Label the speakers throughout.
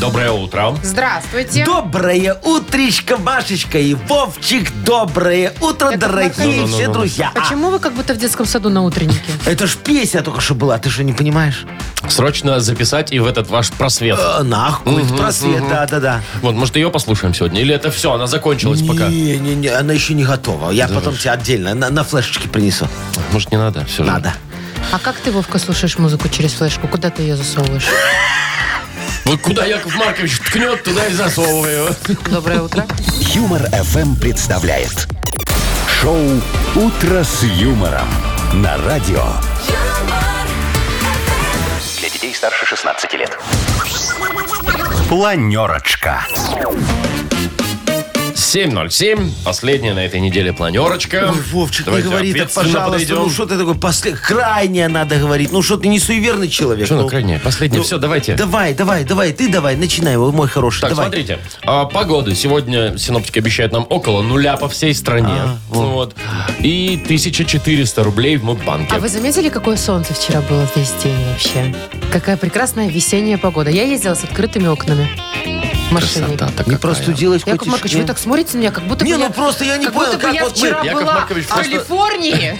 Speaker 1: Доброе утро.
Speaker 2: Здравствуйте.
Speaker 3: Доброе утречко, Машечка и Вовчик. Доброе утро,
Speaker 2: Яков
Speaker 3: дорогие
Speaker 1: Ну,
Speaker 2: Маркович.
Speaker 3: все друзья. А,
Speaker 2: Почему вы как будто в детском саду на утреннике?
Speaker 3: это ж песня только что была, ты что, не понимаешь?
Speaker 1: Срочно записать и в этот ваш просвет.
Speaker 3: Э, Нах, будет просвет, да-да-да.
Speaker 1: Вот, может, ее послушаем сегодня? Или это все, она закончилась пока?
Speaker 3: Не-не-не, она еще не готова. Я потом тебе отдельно на, на флешечке принесу.
Speaker 1: Может, не надо? Все
Speaker 3: Надо.
Speaker 2: А как ты, Вовка, слушаешь музыку через флешку? Куда ты ее засовываешь?
Speaker 1: Вот куда Яков Маркович ткнет, туда и засовываю.
Speaker 2: Доброе утро.
Speaker 4: Юмор ФМ представляет шоу Утро с юмором на радио. Для детей старше 16 лет. Планерочка.
Speaker 1: 7.07. Последняя на этой неделе планерочка.
Speaker 3: Ой, Вовчик, не
Speaker 1: Давайте
Speaker 3: говори так,
Speaker 1: ответственно
Speaker 3: пожалуйста.
Speaker 1: подойдем.
Speaker 3: Ну что ты такой, после... крайнее надо говорить. Ну что ты не суеверный человек.
Speaker 1: Что на
Speaker 3: ну?
Speaker 1: крайнее? Последнее. Все, давайте.
Speaker 3: Давай, давай, давай, ты давай, начинай, ой, мой хороший,
Speaker 1: Так,
Speaker 3: давай.
Speaker 1: смотрите, а, погода. Сегодня синоптики обещают нам около нуля по всей стране.
Speaker 3: А,
Speaker 1: Ну вот. И 1400 рублей в Мудбанке.
Speaker 2: А вы заметили, какое солнце вчера было весь день вообще? Какая прекрасная весенняя погода. Я ездила с открытыми окнами. Машине.
Speaker 1: Красота-то
Speaker 3: Не
Speaker 1: какая.
Speaker 3: простудилась,
Speaker 2: Яков
Speaker 3: котишня?
Speaker 2: Маркович, вы так смотрите на меня, как будто
Speaker 3: Не,
Speaker 2: бы я...
Speaker 3: ну просто я не
Speaker 2: как
Speaker 3: понял,
Speaker 2: будто бы
Speaker 3: как
Speaker 2: я
Speaker 3: вот мы...
Speaker 2: вчера
Speaker 1: Яков
Speaker 2: была
Speaker 1: Маркович,
Speaker 2: в
Speaker 1: просто-
Speaker 3: Во.
Speaker 2: Калифорнии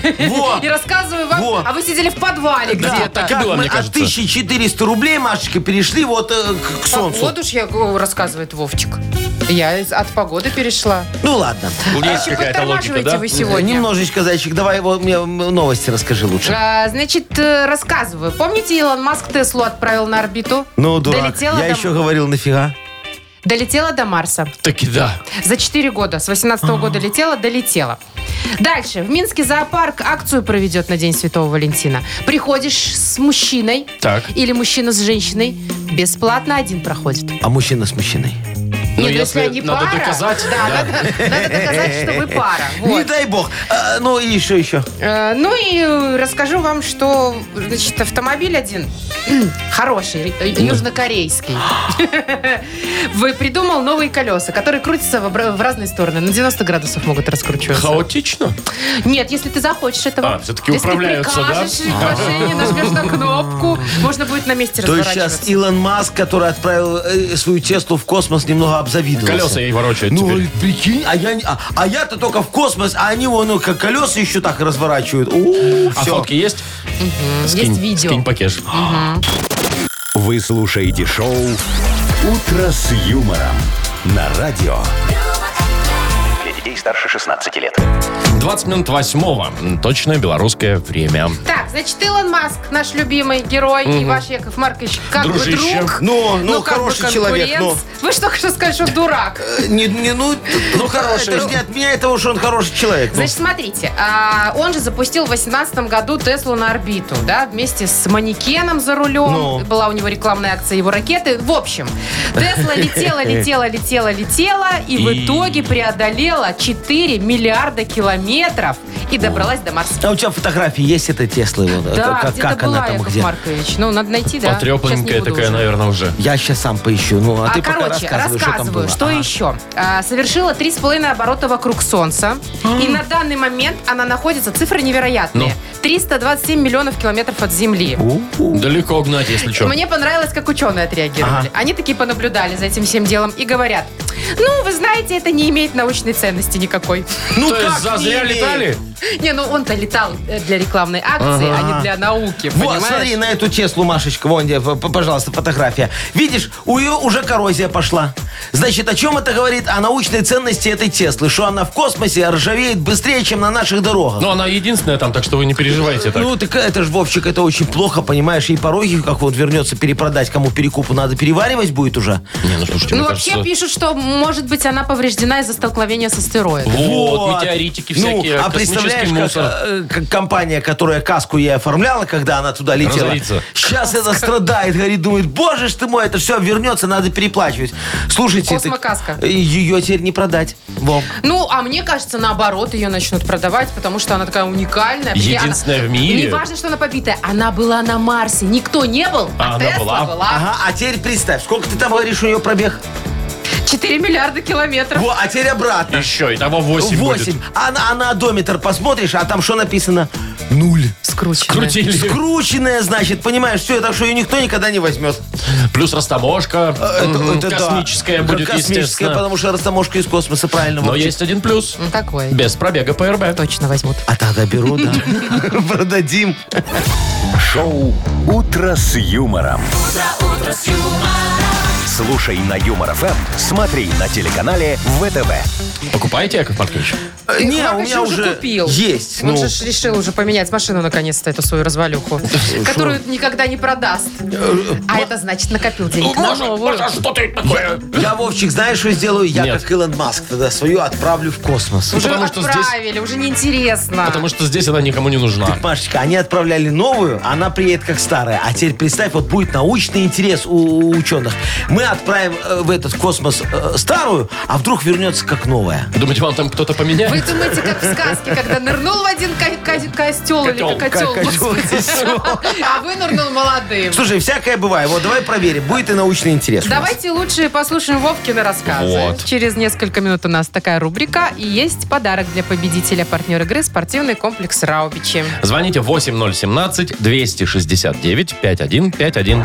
Speaker 2: и рассказываю вам,
Speaker 3: Во.
Speaker 2: а вы сидели в подвале
Speaker 1: Да,
Speaker 2: где-то.
Speaker 1: так и было,
Speaker 3: а мы
Speaker 1: мне
Speaker 3: от
Speaker 1: кажется.
Speaker 3: 1400 рублей, Машечка, перешли вот э, к, к солнцу.
Speaker 2: Погоду ж я о, рассказывает Вовчик. Я из- от погоды перешла.
Speaker 3: Ну ладно.
Speaker 1: Есть
Speaker 2: Короче,
Speaker 1: какая-то логика,
Speaker 2: подтормаживаете
Speaker 1: да?
Speaker 2: вы сегодня.
Speaker 3: Немножечко, зайчик, давай вот мне м, новости расскажи лучше.
Speaker 2: А, значит, э, рассказываю. Помните, Илон Маск Теслу отправил на орбиту?
Speaker 3: Ну, дурак,
Speaker 2: Долетела,
Speaker 3: я
Speaker 2: до...
Speaker 3: еще говорил, нафига?
Speaker 2: Долетела до Марса.
Speaker 1: Таки да.
Speaker 2: За 4 года, с 18 года летела, долетела. Дальше. В Минске зоопарк акцию проведет на День Святого Валентина. Приходишь с мужчиной
Speaker 1: Так.
Speaker 2: или мужчина с женщиной, бесплатно один проходит.
Speaker 3: А мужчина с мужчиной?
Speaker 1: Ну,
Speaker 2: Нет,
Speaker 1: если надо
Speaker 2: пара,
Speaker 1: доказать,
Speaker 2: да,
Speaker 1: да.
Speaker 2: Надо, надо доказать, что вы пара.
Speaker 3: Не
Speaker 2: Вот.
Speaker 3: дай бог. А, ну и еще, еще.
Speaker 2: Э, Ну и э, расскажу вам, что значит, автомобиль один хороший, э,
Speaker 1: Ну.
Speaker 2: южнокорейский. Вы придумал новые колеса, которые крутятся в обра- в разные стороны. На 90 градусов могут раскручиваться.
Speaker 1: Хаотично.
Speaker 2: Нет, если ты захочешь этого.
Speaker 1: А, всё-таки
Speaker 2: Если
Speaker 1: управляются, да?
Speaker 2: ты прикажешь машине, нажмешь на кнопку, можно будет на месте
Speaker 3: То есть сейчас
Speaker 2: разворачиваться.
Speaker 3: Илон Маск, который отправил э, свою Теслу в космос, немного обзавидовался.
Speaker 1: Колеса ей ворочают
Speaker 3: Ну,
Speaker 1: теперь.
Speaker 3: говорит, прикинь, а, я, не- а, а я-то только в космос, а они вон ну, как колеса еще так разворачивают. О,
Speaker 1: А
Speaker 3: все.
Speaker 1: фотки есть? Скинь-
Speaker 2: Есть видео.
Speaker 1: Скинь пакет.
Speaker 4: Вы слушаете шоу Утро с юмором на радио. Для детей старше 16 лет.
Speaker 1: 20 минут восьмого. Точное белорусское время.
Speaker 2: Так, значит, Илон Маск, наш любимый герой, и ваш Яков Маркович, как
Speaker 1: Дружище.
Speaker 2: бы друг.
Speaker 3: Ну, ну,
Speaker 2: как бы
Speaker 3: хороший человек, ну.
Speaker 2: конкурент. Вы что, что сказали, что дурак?
Speaker 3: Не, не, ну, ну хороший. Это же не отменяет того, что он хороший человек. ну.
Speaker 2: Значит, смотрите, а, он же запустил в 2018 году Теслу на орбиту, да, вместе с манекеном за рулем.
Speaker 3: Ну.
Speaker 2: Была у него рекламная акция его ракеты. В общем, Тесла летела, летела, летела, летела, и в
Speaker 1: И-
Speaker 2: итоге преодолела 4 миллиарда километров и добралась до Марса.
Speaker 3: А у тебя фотографии есть этой Теслы? Вот,
Speaker 2: Да,
Speaker 3: как
Speaker 2: где-то
Speaker 3: как
Speaker 2: была,
Speaker 3: она там,
Speaker 2: Яков
Speaker 3: где?
Speaker 2: Маркович. Ну, надо найти, да.
Speaker 1: Потрепаненькая
Speaker 2: Сейчас не буду
Speaker 1: такая,
Speaker 2: уже.
Speaker 1: наверное, уже.
Speaker 3: Я сейчас сам поищу. Ну, а,
Speaker 2: А,
Speaker 3: ты пока
Speaker 2: короче,
Speaker 3: рассказывай, что там было.
Speaker 2: рассказываю, что,
Speaker 3: Ага.
Speaker 2: еще. А, совершила 3,5 оборота вокруг Солнца.
Speaker 3: А.
Speaker 2: И на данный момент она находится, цифры невероятные,
Speaker 3: Ну.
Speaker 2: 327 миллионов километров от Земли.
Speaker 3: У-у.
Speaker 1: Далеко гнать, если что.
Speaker 2: Мне понравилось, как ученые отреагировали.
Speaker 3: Ага.
Speaker 2: Они такие понаблюдали за этим всем делом и говорят, ну, вы знаете, это не имеет научной ценности никакой.
Speaker 3: Ну,
Speaker 1: То есть
Speaker 3: как
Speaker 1: зазря
Speaker 3: не
Speaker 1: летали?
Speaker 3: имеет?
Speaker 2: Не, ну он-то летал э, для рекламной акции, а не для науки,
Speaker 3: Вот,
Speaker 2: понимаешь?
Speaker 3: смотри на эту Теслу, Машечка, вон, где, п- пожалуйста, фотография. Видишь, у ее уже коррозия пошла. Значит, о чем это говорит? О научной ценности этой Теслы, что она в космосе ржавеет быстрее, чем на наших дорогах.
Speaker 1: Но она единственная там, так что вы не переживайте Ну, так.
Speaker 3: Ну, так это же, Вовчик, это очень плохо, понимаешь, и пороги, как вот вернется перепродать, кому перекупу надо переваривать будет уже.
Speaker 1: Не, ну слушайте,
Speaker 2: Ну,
Speaker 1: мне
Speaker 2: вообще
Speaker 1: кажется,
Speaker 2: пишут, что, может быть, она повреждена из-за столкновения с астероидом.
Speaker 1: Вот, метеоритики всякие,
Speaker 3: Ну, а
Speaker 1: космический
Speaker 3: представляешь, как,
Speaker 1: мусор.
Speaker 3: э, как компания, которая каску ей оформляла, когда она туда летела,
Speaker 1: Разорится.
Speaker 3: сейчас это страдает, говорит, думает, боже ж ты мой, это все вернется, надо переплачивать. Слушайте, так
Speaker 2: Космокаска.
Speaker 3: ее теперь не продать. Во.
Speaker 2: Ну, а мне кажется, наоборот, ее начнут продавать, потому что она такая уникальная. Прикинь,
Speaker 1: Единственная
Speaker 2: она-
Speaker 1: в мире.
Speaker 2: Не важно, что она побитая. Она была на Марсе. Никто не был,
Speaker 1: А
Speaker 2: а,
Speaker 1: она
Speaker 2: Тесла
Speaker 1: была.
Speaker 2: была.
Speaker 3: Ага, а теперь представь, сколько ты там говоришь, у нее пробег?
Speaker 2: 4 миллиарда километров.
Speaker 3: Во, а теперь обратно.
Speaker 1: Еще, и того 8, будет.
Speaker 3: Восемь. А, на- а на одометр посмотришь, а там что написано? Нуль.
Speaker 2: Скрученная.
Speaker 1: Крутили.
Speaker 3: Крученная, значит, понимаешь, все, так что ее никто никогда не возьмет.
Speaker 1: Плюс растаможка. Мгм.
Speaker 3: Э, да.
Speaker 1: Космическая будет,
Speaker 3: Космическая,
Speaker 1: естественно.
Speaker 3: потому что растаможка из космоса, правильно.
Speaker 1: Но
Speaker 3: Вовчик.
Speaker 1: есть один плюс.
Speaker 2: Ну, Какой?
Speaker 1: Без пробега по РБ.
Speaker 2: Точно возьмут.
Speaker 3: А тогда беру, да. Продадим.
Speaker 4: Шоу «Утро с юмором». Слушай на Юмор ФМ, смотри на телеканале ВТВ.
Speaker 1: Покупаете, Яков Маркович?
Speaker 3: Э,
Speaker 2: Ты
Speaker 3: Не, у
Speaker 2: Маркович
Speaker 3: меня уже
Speaker 2: купил.
Speaker 3: есть.
Speaker 2: Он
Speaker 3: ну.
Speaker 2: же ж решил уже поменять машину наконец-то, эту свою развалюху, которую никогда не продаст. А это значит накопил денег на
Speaker 1: Маша,
Speaker 2: новую.
Speaker 1: Маша, что ты такое?
Speaker 3: Я, Вовчик, знаешь, что сделаю? Я,
Speaker 1: Нет.
Speaker 3: как Илон Маск, тогда свою отправлю в космос.
Speaker 2: Уже
Speaker 1: потому что здесь-
Speaker 2: отправили, уже неинтересно.
Speaker 1: Потому что здесь она никому не нужна.
Speaker 3: Машечка, они отправляли новую, она приедет как старая. А теперь представь, вот будет научный интерес у, у ученых. Мы отправим э, в этот космос э, старую, а вдруг вернется как новая.
Speaker 1: Думаете, вам там кто-то
Speaker 2: Вы
Speaker 1: поменяет?
Speaker 2: думаете, как в сказке, когда нырнул в один ко- ко- костел или
Speaker 1: Котел,
Speaker 2: как котел,
Speaker 3: ко- котел,
Speaker 2: господи.
Speaker 3: всё.
Speaker 2: а вынырнул молодым.
Speaker 3: Слушай, всякое бывает. Вот давай проверим, будет и научный интерес. у нас.
Speaker 2: Давайте лучше послушаем Вовкины рассказы.
Speaker 1: Вот.
Speaker 2: Через несколько минут у нас такая рубрика. И есть подарок для победителя. Партнер игры «Спортивный комплекс Раубичи».
Speaker 1: Звоните 8017-269-5151.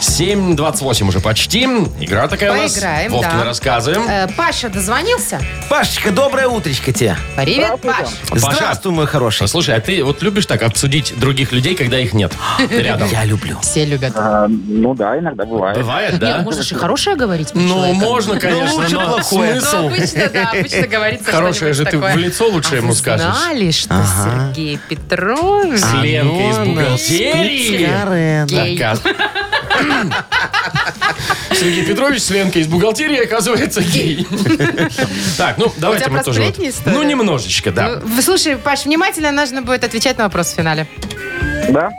Speaker 1: 7.28 уже почти. Игра такая
Speaker 2: Поиграем,
Speaker 1: у нас. Вовкины
Speaker 2: да.
Speaker 1: рассказы.
Speaker 2: Э, Паша дозвонился?
Speaker 3: Пашечка, доброе утречко тебе.
Speaker 2: Привет, Паш.
Speaker 1: Паша.
Speaker 3: Здравствуй, мой хороший.
Speaker 1: Слушай, а ты вот любишь так обсудить других людей, когда их нет рядом?
Speaker 3: Я люблю.
Speaker 2: Все любят.
Speaker 5: А, Ну да, иногда бывает.
Speaker 1: Бывает,
Speaker 2: Нет,
Speaker 1: да?
Speaker 2: можешь и хорошее говорить про
Speaker 1: Ну,
Speaker 2: человека.
Speaker 1: можно, конечно,
Speaker 3: лучше
Speaker 1: но
Speaker 3: плохое.
Speaker 2: Ну,
Speaker 1: смысл...
Speaker 2: обычно, да, обычно говорится
Speaker 1: Хорошее же
Speaker 2: что-нибудь
Speaker 1: ты в
Speaker 2: такое.
Speaker 1: лицо лучше
Speaker 2: А
Speaker 1: ему
Speaker 2: вы
Speaker 1: скажешь.
Speaker 2: знали, что Сергей Петрович...
Speaker 1: С Ленкой из
Speaker 3: Алена,
Speaker 1: бухгалтерии.
Speaker 3: Карен.
Speaker 2: Гей.
Speaker 1: Так, а- Сергей Петрович с Ленкой из бухгалтерии оказывается гей. Так, ну давайте
Speaker 2: тебя
Speaker 1: мы тоже... вот-
Speaker 2: просплетни история?
Speaker 1: Ну немножечко, да.
Speaker 2: Ну, слушай, Паш, внимательно нужно будет отвечать на вопрос в финале.
Speaker 5: Да?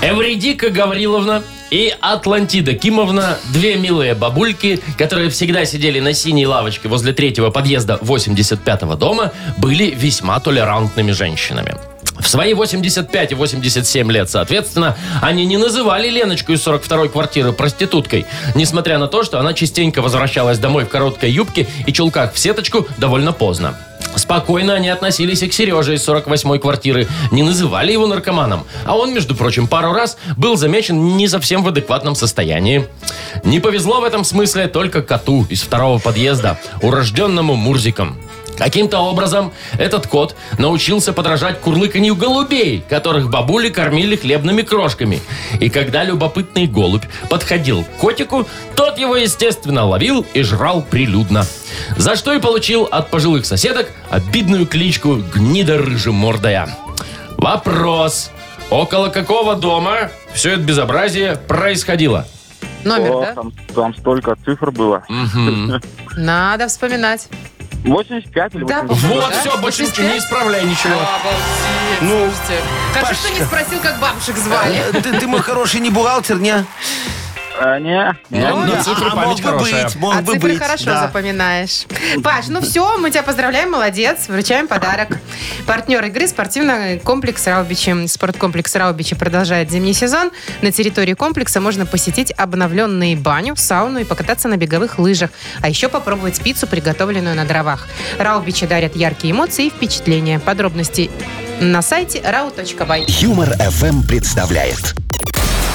Speaker 1: Эвредика Гавриловна и Атлантида Кимовна, две милые бабульки, которые всегда сидели на синей лавочке возле третьего подъезда 85-го дома, были весьма толерантными женщинами. В свои 85 и 87 лет, соответственно, они не называли Леночку из 42-й квартиры проституткой, несмотря на то, что она частенько возвращалась домой в короткой юбке и чулках в сеточку довольно поздно. Спокойно они относились и к Сереже из 48-й квартиры, не называли его наркоманом. А он, между прочим, пару раз был замечен не совсем в адекватном состоянии. Не повезло в этом смысле только коту из второго подъезда, урожденному Мурзиком. Каким-то образом этот кот научился подражать курлыканью голубей, которых бабули кормили хлебными крошками. И когда любопытный голубь подходил к котику, тот его, естественно, ловил и жрал прилюдно. За что и получил от пожилых соседок обидную кличку «Гнида рыжемордая». Вопрос. Около какого дома все это безобразие происходило?
Speaker 5: О,
Speaker 2: Номер, да?
Speaker 5: там, там столько цифр было.
Speaker 1: Мгм.
Speaker 2: Надо вспоминать.
Speaker 5: 85 или
Speaker 2: Да,
Speaker 5: 80.
Speaker 1: Вот
Speaker 2: Да?
Speaker 1: все, больше ничего не исправляй ничего.
Speaker 2: Обалдеть,
Speaker 3: Ну,
Speaker 2: слушайте. Хорошо, что не
Speaker 3: Пашечка.
Speaker 2: спросил, как бабушек звали.
Speaker 3: Э, Ты, ты мой хороший, не бухгалтер, не?
Speaker 5: А, не, не.
Speaker 1: Ну, на
Speaker 3: Да,
Speaker 1: цифры
Speaker 3: а
Speaker 1: память
Speaker 3: мог бы
Speaker 1: хорошая.
Speaker 3: быть, мог
Speaker 2: А
Speaker 3: бы
Speaker 2: цифры
Speaker 3: быть,
Speaker 2: хорошо
Speaker 3: да.
Speaker 2: запоминаешь. Паш, ну все, мы тебя поздравляем, молодец. Вручаем подарок. Партнер игры спортивный комплекс Раубичи. Спорткомплекс Раубичи продолжает зимний сезон. На территории комплекса можно посетить обновленные баню, сауну и покататься на беговых лыжах. А еще попробовать пиццу, приготовленную на дровах. Раубичи дарят яркие эмоции и впечатления. Подробности на сайте rau.by.
Speaker 4: Юмор FM представляет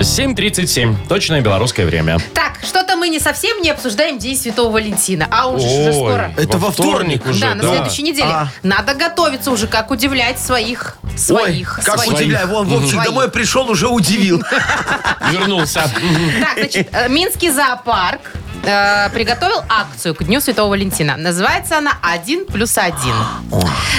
Speaker 1: 7.37. Точное белорусское время.
Speaker 2: Так, что-то мы не совсем не обсуждаем День Святого Валентина. А уже, уже
Speaker 1: Ой,
Speaker 2: скоро.
Speaker 3: Это во вторник
Speaker 1: уже,
Speaker 2: да, на следующей неделе.
Speaker 3: А.
Speaker 2: Надо готовиться уже, как удивлять своих. Своих.
Speaker 3: Ой, как
Speaker 2: своих.
Speaker 3: удивляю. Вон, Вовчик
Speaker 2: Своих.
Speaker 3: домой пришел, уже удивил.
Speaker 1: Вернулся. Мгм.
Speaker 2: Так, значит, э, Минский зоопарк э, приготовил акцию к Дню Святого Валентина. Называется она «Один плюс один».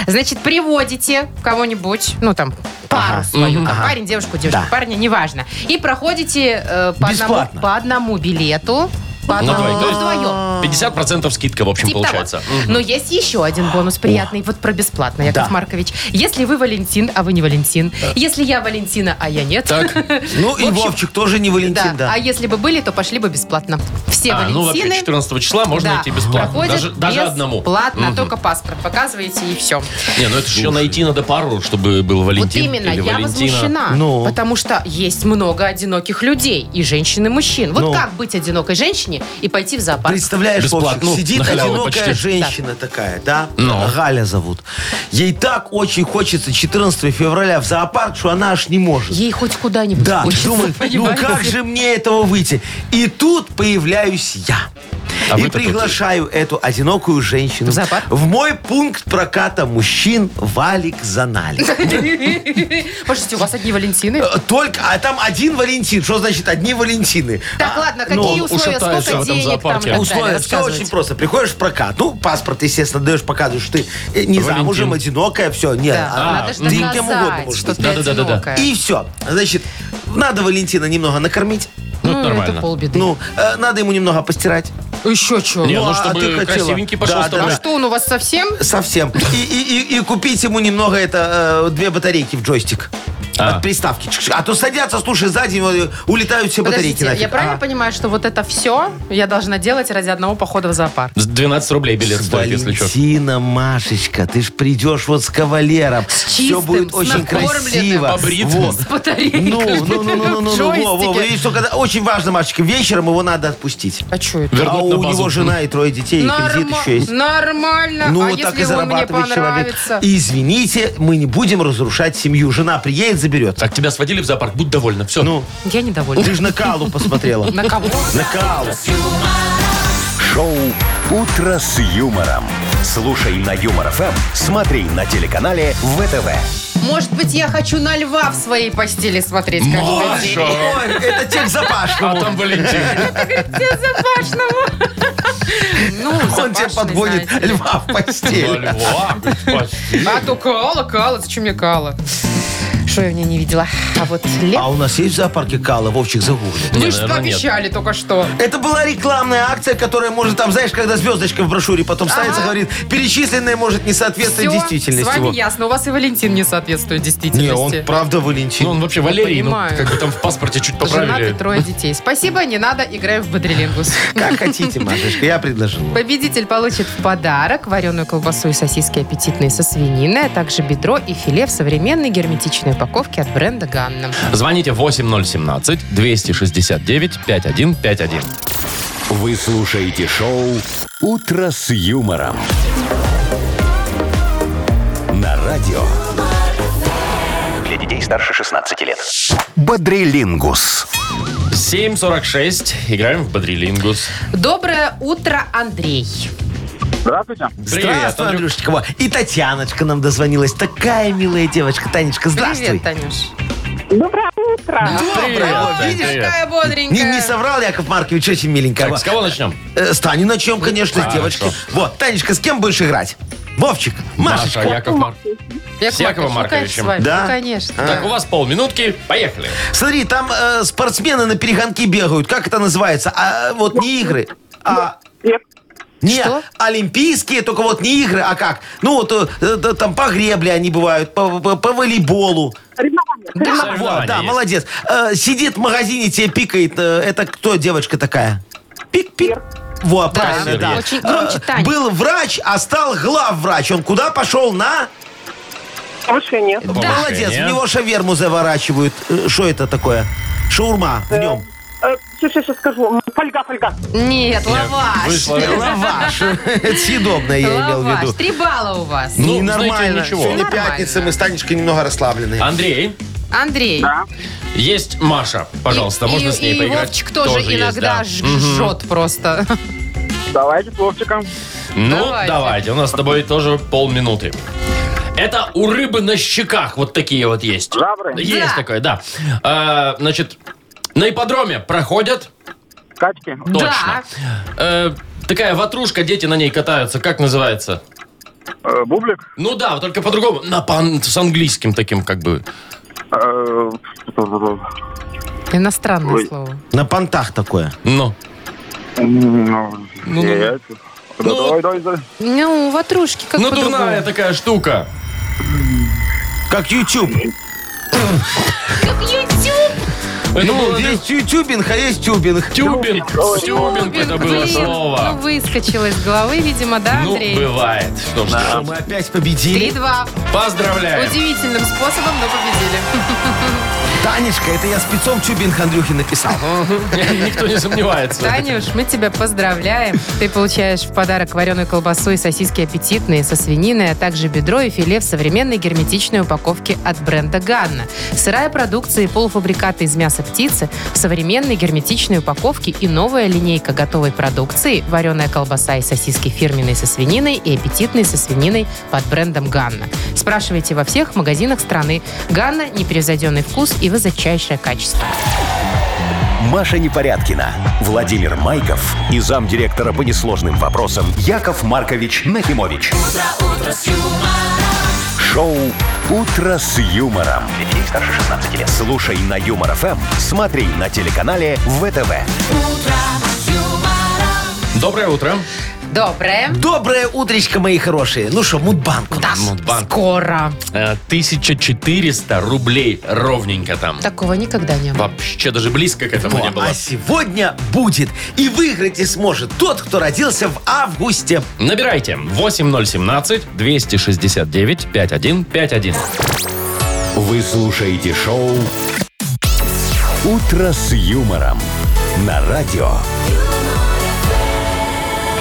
Speaker 2: Значит, приводите кого-нибудь, ну там, пару свою, там, парень, девушку, девушку, парня, неважно. И проходите э, по, одному,
Speaker 3: Бесплатно.
Speaker 2: по одному билету. По
Speaker 1: На
Speaker 2: одному,
Speaker 1: двоих.
Speaker 2: вдвоем.
Speaker 1: 50% скидка, в общем,
Speaker 2: Типа
Speaker 1: получается.
Speaker 2: того. Но есть еще один бонус приятный, вот про бесплатно, Яков
Speaker 3: Да.
Speaker 2: Маркович. Если вы Валентин, а вы не Валентин. Если я Валентина, а я нет.
Speaker 1: Так.
Speaker 3: Ну и
Speaker 2: В общем,
Speaker 3: Вовчик тоже не Валентин,
Speaker 2: Да.
Speaker 3: да.
Speaker 2: А если бы были, то пошли бы бесплатно. Все
Speaker 1: А, ну вообще,
Speaker 2: Валентины...
Speaker 1: 14 числа можно
Speaker 2: да,
Speaker 1: идти бесплатно.
Speaker 2: проходят
Speaker 1: Даже, даже одному.
Speaker 2: Бесплатно,
Speaker 1: Мгм.
Speaker 2: только паспорт показываете и все.
Speaker 1: Не, ну это же еще найти надо пару, чтобы был
Speaker 2: Вот
Speaker 1: Валентин
Speaker 2: именно,
Speaker 1: или
Speaker 2: я
Speaker 1: Валентина.
Speaker 2: возмущена,
Speaker 3: Ну.
Speaker 2: потому что есть много одиноких людей, и женщин, и мужчин. Вот
Speaker 3: Ну.
Speaker 2: как быть одинокой женщине и пойти в зоопарк?
Speaker 3: Представляешь,
Speaker 1: Бесплатно.
Speaker 3: Вовчик,
Speaker 1: Ну,
Speaker 3: сидит
Speaker 1: на халяву
Speaker 3: одинокая
Speaker 1: почти.
Speaker 3: женщина такая, да?
Speaker 1: Ну.
Speaker 3: Галя зовут. Ей так очень хочется 14 февраля в зоопарк, что она аж не может.
Speaker 2: Ей хоть куда-нибудь
Speaker 3: Да,
Speaker 2: хочется,
Speaker 3: думает, ну
Speaker 2: понимаете?
Speaker 3: как же мне этого выйти? И тут появляюсь я.
Speaker 1: А
Speaker 3: и
Speaker 1: вы-то тут-
Speaker 3: приглашаю эту одинокую женщину
Speaker 2: В зоопарк?
Speaker 3: в мой пункт проката мужчин Валик Заналик.
Speaker 2: Слушайте, у вас одни Валентины?
Speaker 3: Э, Только, а там один Валентин. Что значит одни Валентины?
Speaker 2: Так,
Speaker 3: А,
Speaker 2: ладно,
Speaker 3: ну,
Speaker 2: какие условия,
Speaker 1: ушатаются в
Speaker 2: сколько
Speaker 1: этом
Speaker 2: денег там и
Speaker 1: зоопарке.
Speaker 2: так далее,
Speaker 3: Условия, все очень
Speaker 2: рассказывайте.
Speaker 3: просто. Приходишь в прокат, ну, паспорт, естественно, даешь, показываешь, что ты э, не
Speaker 1: Валентин.
Speaker 3: замужем, одинокая, все, нет.
Speaker 2: Да,
Speaker 3: а,
Speaker 2: надо же
Speaker 3: ты кем угодно
Speaker 2: доказать,
Speaker 3: можешь
Speaker 2: что
Speaker 3: быть.
Speaker 2: ты
Speaker 1: Да-да-да-да-да.
Speaker 2: одинокая.
Speaker 3: И все. Значит, надо Валентина немного накормить,
Speaker 1: Ну, это
Speaker 2: Ну, это
Speaker 1: нормально.
Speaker 2: полбеды.
Speaker 3: ну, э, надо ему немного постирать.
Speaker 2: еще что?
Speaker 1: Не, ну,
Speaker 3: а
Speaker 1: чтобы
Speaker 3: ты хотела.
Speaker 1: красивенький пошел
Speaker 3: Да,
Speaker 1: с тобой.
Speaker 3: да, да.
Speaker 2: Что он у вас совсем?
Speaker 3: Ну, Совсем. И, и- и- и купить ему немного это э, две батарейки в джойстик.
Speaker 1: А.
Speaker 3: От приставки. Чш-чш. А то садятся, слушай, за день э, улетают все батарейки
Speaker 2: Подождите,
Speaker 3: нафиг.
Speaker 2: я правильно
Speaker 3: А.
Speaker 2: понимаю, что вот это все я должна делать ради одного похода в зоопарк?
Speaker 1: 12 рублей билет стоит, если что.
Speaker 3: Валентина, Машечка, ты ж придешь вот с кавалером.
Speaker 2: чистым,
Speaker 3: все будет
Speaker 2: с
Speaker 3: очень
Speaker 2: накормленным.
Speaker 3: красиво.
Speaker 1: Побритым.
Speaker 3: Вот.
Speaker 2: С батарейкой.
Speaker 3: Ну, ну, ну, ну, ну, ну, ну, во, во, во.
Speaker 2: джойстике.
Speaker 3: Видишь, только да, очень важно, Машечка, вечером его надо отпустить.
Speaker 2: А что это?
Speaker 1: Вернуть на
Speaker 3: а у
Speaker 1: базу.
Speaker 3: него жена и трое детей, и кредит
Speaker 2: Норма-
Speaker 3: еще есть.
Speaker 2: Нормально.
Speaker 3: Ну,
Speaker 2: а
Speaker 3: вот так и
Speaker 2: если он мне
Speaker 3: зарабатывает человек.
Speaker 2: понравится?
Speaker 3: И извините, мы не будем разрушать семью. Жена приедет, заберет.
Speaker 1: Так, тебя сводили в зоопарк, будь довольна. Все.
Speaker 3: Ну,
Speaker 2: Я недовольна.
Speaker 3: ты же на Калу посмотрела.
Speaker 2: На кого?
Speaker 3: На Калу.
Speaker 4: Шоу «Утро с юмором». Слушай на Юмор ФМ, смотри на телеканале ВТВ.
Speaker 2: Может быть, я хочу на льва в своей постели смотреть каждый день.
Speaker 1: Маша!
Speaker 3: Ой, это текст
Speaker 1: А
Speaker 3: запашного.
Speaker 1: там Валентин.
Speaker 2: Тебе запашному. Ну,
Speaker 3: Он тебе
Speaker 2: запашный,
Speaker 3: подгонит
Speaker 2: знаете.
Speaker 3: льва в
Speaker 1: Во,
Speaker 3: постель.
Speaker 1: льва.
Speaker 2: А то кала, кала. Зачем я кала? Что я в ней не видела? А вот лев...
Speaker 3: А у нас есть в зоопарке Кала, Вовчик, загугли.
Speaker 1: Не,
Speaker 2: Вы же
Speaker 1: наверное, нет.
Speaker 2: пообещали только что.
Speaker 3: Это была рекламная акция, которая может там, знаешь, когда звездочка в брошюре потом ставится, говорит, перечисленное может не соответствовать
Speaker 2: Всё,
Speaker 3: действительности.
Speaker 2: С вами
Speaker 3: Вот.
Speaker 2: ясно. У вас и Валентин не соответствует действительности.
Speaker 3: Не, он правда Валентин.
Speaker 1: Ну, он вообще Валерий, ну,
Speaker 2: Понимаю.
Speaker 1: как бы там в паспорте чуть
Speaker 2: Женат и
Speaker 1: поправили.
Speaker 2: трое детей. Спасибо, не надо, играю в бодрелингус.
Speaker 3: Как хотите, Машечка, я предложил.
Speaker 2: Победитель получит в подарок вареную колбасу и сосиски аппетитные со свининой, а также бедро и филе в современной герметичной упаковке от бренда Ганна.
Speaker 1: Звоните 8017-269-5151.
Speaker 4: Вы слушаете шоу «Утро с юмором». На радио.
Speaker 6: Для детей старше 16 лет.
Speaker 4: Бодрилингус.
Speaker 1: 7.46. Играем в Бодрилингус.
Speaker 2: Доброе утро, Андрей.
Speaker 5: Здравствуйте.
Speaker 1: Привет, Андрюх.
Speaker 3: Здравствуй, Андрюшечка. Во, И Татьяночка нам дозвонилась. Такая милая девочка. Танечка, здравствуй.
Speaker 2: Привет, Танюш.
Speaker 7: Доброе утро.
Speaker 1: Привет,
Speaker 3: О,
Speaker 1: Тань,
Speaker 3: видишь,
Speaker 1: привет.
Speaker 2: Какая
Speaker 3: Не,
Speaker 2: бодренькая.
Speaker 3: не соврал Яков Маркович, очень миленькая.
Speaker 1: Так,
Speaker 3: Во.
Speaker 1: с кого начнем?
Speaker 3: Э, Стань на чем, конечно, с
Speaker 1: Хорошо.
Speaker 3: девочкой. Вот, Танечка, с кем будешь играть? Вовчик,
Speaker 1: Маша,
Speaker 3: Машечка.
Speaker 1: Яков Марк.
Speaker 2: Яков
Speaker 1: с Яковом
Speaker 2: Маркович,
Speaker 1: Марковичем.
Speaker 2: ну, конечно, с вами,
Speaker 3: Да?
Speaker 2: ну, конечно.
Speaker 1: Так, у вас полминутки. Поехали.
Speaker 3: Смотри, там э, спортсмены на перегонки бегают. Как это называется? А, вот не игры, а...
Speaker 7: Нет.
Speaker 3: Не,
Speaker 2: Что?
Speaker 3: олимпийские, только вот не игры, а как? Ну, вот э, э, там по гребле они бывают, по, по- по волейболу.
Speaker 7: Соревнования.
Speaker 3: Да,
Speaker 1: Соревнования
Speaker 3: да
Speaker 1: есть.
Speaker 3: молодец. Э, сидит в магазине, тебе пикает. э, это кто девочка такая? Пик-пик. Во, правильно, да.
Speaker 2: очень громче,
Speaker 3: Э,
Speaker 2: Таня.
Speaker 3: Был врач, а стал главврач. Он куда пошел? На?
Speaker 7: Повышение.
Speaker 3: Молодец, в
Speaker 1: Повышение.
Speaker 3: него шаверму заворачивают. Э, Что это такое? Шаурма в нем.
Speaker 7: Э, Сейчас, сейчас, сейчас скажу. Фольга, фольга.
Speaker 2: Нет, лаваш.
Speaker 1: Вышла.
Speaker 3: Лаваш. Это съедобное, я имел в
Speaker 2: Лаваш.
Speaker 3: виду.
Speaker 2: Три балла у вас.
Speaker 1: Ну, знаете,
Speaker 3: нормально.
Speaker 1: ничего. А?
Speaker 3: Сегодня
Speaker 2: Нормально.
Speaker 3: пятница, мы с Танечкой немного расслаблены.
Speaker 1: Андрей,
Speaker 2: Андрей.
Speaker 1: есть Маша. Пожалуйста,
Speaker 2: и,
Speaker 1: можно
Speaker 2: и-
Speaker 1: с ней
Speaker 2: и
Speaker 1: поиграть.
Speaker 2: Вовчик тоже,
Speaker 1: есть,
Speaker 2: иногда
Speaker 1: да.
Speaker 2: ж-
Speaker 1: Мгм.
Speaker 2: жжет просто.
Speaker 5: Давайте с Вовчиком.
Speaker 1: Ну, давайте.
Speaker 2: Давайте.
Speaker 1: У нас с тобой тоже полминуты. Это у рыбы на щеках вот такие вот есть.
Speaker 5: Жабры.
Speaker 1: Есть
Speaker 2: Да.
Speaker 1: такое, да. А, значит, на ипподроме проходят
Speaker 5: Качки.
Speaker 1: Точно. Э, такая ватрушка, дети на ней катаются. Как называется?
Speaker 5: Э, бублик.
Speaker 1: Ну да, вот только по-другому. На пан- с английским таким как бы.
Speaker 5: Э,
Speaker 2: Иностранное
Speaker 5: Ой.
Speaker 2: слово.
Speaker 3: На понтах такое.
Speaker 1: Но.
Speaker 5: ну,
Speaker 1: Ну,
Speaker 5: нет.
Speaker 1: ну.
Speaker 5: Давай, давай, давай.
Speaker 2: Ну, ватрушки как
Speaker 1: ну,
Speaker 2: по-другому.
Speaker 1: дурная такая штука.
Speaker 3: Как YouTube.
Speaker 2: Как YouTube.
Speaker 1: Это
Speaker 3: Ну,
Speaker 1: было
Speaker 3: есть ютюбинг, а есть тюбинг.
Speaker 1: тюбинг. Тюбинг это было
Speaker 2: блин. Ну,
Speaker 1: слово.
Speaker 2: выскочило из головы, видимо, да,
Speaker 1: Ну,
Speaker 2: Андрей?
Speaker 1: бывает. Что ж,
Speaker 3: Что, мы опять победили?
Speaker 2: 3-2.
Speaker 1: Поздравляем.
Speaker 2: Удивительным способом, но победили.
Speaker 3: Танечка, это я спецом тюбинг Андрюхи написал.
Speaker 1: Никто не сомневается.
Speaker 2: Танюш, мы тебя поздравляем. Ты получаешь в подарок вареную колбасу и сосиски аппетитные со свининой, а также бедро и филе в современной герметичной упаковке от бренда «Ганна». Сырая продукция и полуфабрикаты из мяса птицы в современной герметичной упаковке и новая линейка готовой продукции вареная колбаса и сосиски фирменные со свининой и аппетитные со свининой под брендом «Ганна». Спрашивайте во всех магазинах страны. «Ганна» – непревзойденный вкус и высочайшее качество.
Speaker 4: Маша Непорядкина, Владимир Майков и замдиректора по несложным вопросам Яков Маркович Нахимович. Шоу Утро с юмором. Для детей старше 16 лет. Слушай на юмор ФМ, смотри на телеканале ВТВ.
Speaker 1: Доброе утро.
Speaker 2: Доброе.
Speaker 3: Доброе утречко, мои хорошие. Ну что, мудбанк у нас.
Speaker 1: Мудбанк.
Speaker 2: Скоро.
Speaker 1: Э, 1400 рублей ровненько там.
Speaker 2: Такого никогда не было.
Speaker 1: Вообще даже близко к этому не
Speaker 3: Во,
Speaker 1: было.
Speaker 3: А сегодня будет. И выиграть и сможет тот, кто родился в августе.
Speaker 1: Набирайте 8017-269-5151.
Speaker 4: Вы слушаете шоу Утро с юмором на радио.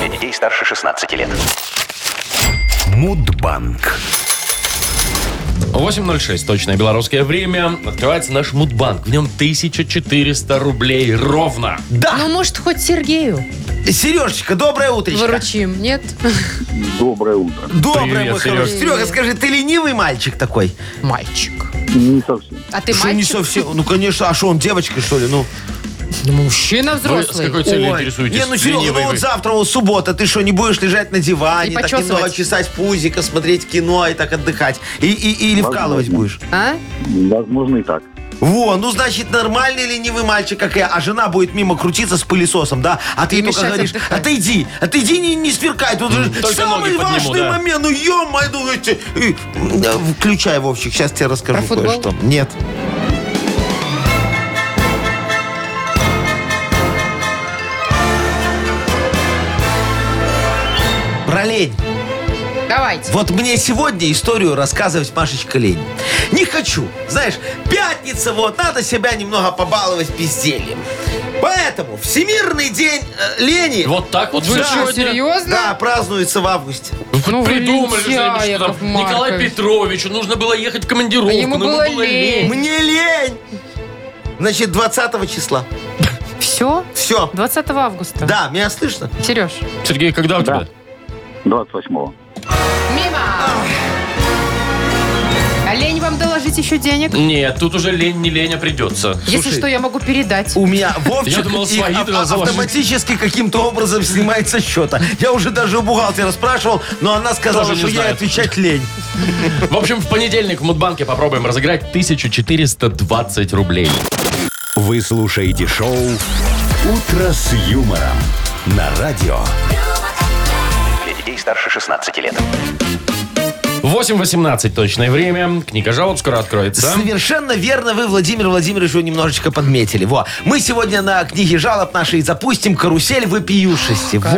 Speaker 6: Для детей старше 16 лет.
Speaker 4: Мудбанк.
Speaker 1: 8.06, точное белорусское время. Открывается наш мудбанк. В нем 1400 рублей ровно.
Speaker 3: Да,
Speaker 2: Ну, может, хоть Сергею
Speaker 1: Ну.
Speaker 3: Сережечка, доброе утречко.
Speaker 2: выручим, нет?
Speaker 5: Доброе утро.
Speaker 3: Доброе,
Speaker 1: Привет,
Speaker 3: мой хороший. Серега, скажи, ты ленивый мальчик такой?
Speaker 2: Мальчик.
Speaker 5: Не совсем.
Speaker 2: А ты
Speaker 3: Что, не
Speaker 2: мальчик?
Speaker 3: совсем? Ну, конечно, а что, он девочка, что ли? Ну,
Speaker 2: Мужчина
Speaker 1: Вы с
Speaker 2: взрослый.
Speaker 1: какой целью
Speaker 3: Ой,
Speaker 1: интересуетесь?
Speaker 3: Не, ну, Серега,
Speaker 1: Ленивый
Speaker 3: ну вот
Speaker 1: вы.
Speaker 3: завтра вот суббота, ты что, не будешь лежать на диване,
Speaker 2: И
Speaker 3: так
Speaker 2: почесывать.
Speaker 3: немного чесать пузика, смотреть кино и так отдыхать? И, и- или
Speaker 5: Возможно.
Speaker 3: вкалывать будешь?
Speaker 2: А?
Speaker 5: Возможно и так.
Speaker 3: Во, ну, значит, нормальный ленивый мальчик, как я, а жена будет мимо крутиться с пылесосом, да? А ты
Speaker 2: И
Speaker 3: ей только
Speaker 2: мешать
Speaker 3: говоришь,
Speaker 2: отдыхать.
Speaker 3: отойди, отойди, не, не сверкай. Тут же
Speaker 1: только
Speaker 3: самый
Speaker 1: ноги подниму,
Speaker 3: важный
Speaker 1: да.
Speaker 3: момент, ну, ё-моё, ну, эти- и, да, включай, Вовчик, сейчас тебе расскажу
Speaker 2: Про футбол?
Speaker 3: кое-что. Нет. Про лень.
Speaker 2: Давайте.
Speaker 3: Вот мне сегодня историю рассказывать Машечка лень. Не хочу. Знаешь, пятница, вот, надо себя немного побаловать бездельем. Поэтому Всемирный день э, лени
Speaker 1: Вот так вот вы
Speaker 3: Да,
Speaker 1: сегодня?
Speaker 3: да, празднуется в августе.
Speaker 1: Вы хоть
Speaker 2: Ну, вы
Speaker 1: придумали
Speaker 2: лентяй,
Speaker 1: что-нибудь, что там
Speaker 2: Яков Маркович.
Speaker 1: Николаю Петровичу нужно было ехать в командировку.
Speaker 2: А ему
Speaker 1: но
Speaker 2: было лень.
Speaker 3: Мне лень! Значит, 20 числа.
Speaker 2: Все?
Speaker 3: Все.
Speaker 2: 20 августа.
Speaker 3: Да, меня слышно?
Speaker 2: Сереж.
Speaker 1: Сергей, когда у тебя?
Speaker 5: Да. 28-го.
Speaker 2: Мимо. А лень вам доложить еще денег?
Speaker 1: Нет, тут уже лень не лень, а придется.
Speaker 2: Если
Speaker 3: слушай,
Speaker 2: что, я могу передать.
Speaker 3: У меня Вовчик
Speaker 1: Я думал,
Speaker 3: и
Speaker 1: свои
Speaker 3: ав-
Speaker 1: туда заложить.
Speaker 3: автоматически каким-то образом снимается счета. Я уже даже у бухгалтера спрашивал, но она сказала,
Speaker 1: Тоже не
Speaker 3: что я
Speaker 1: знает.
Speaker 3: отвечать лень.
Speaker 1: В общем, в понедельник в Мудбанке попробуем разыграть 1420 рублей.
Speaker 4: Вы слушаете шоу Утро с юмором на радио.
Speaker 6: Для детей старше 16 лет.
Speaker 1: 8.18 точное время. Книга жалоб скоро откроется.
Speaker 3: Совершенно верно вы, Владимир Владимирович, его немножечко подметили. Во. Мы сегодня на книге жалоб нашей запустим карусель вопиюшести. Во.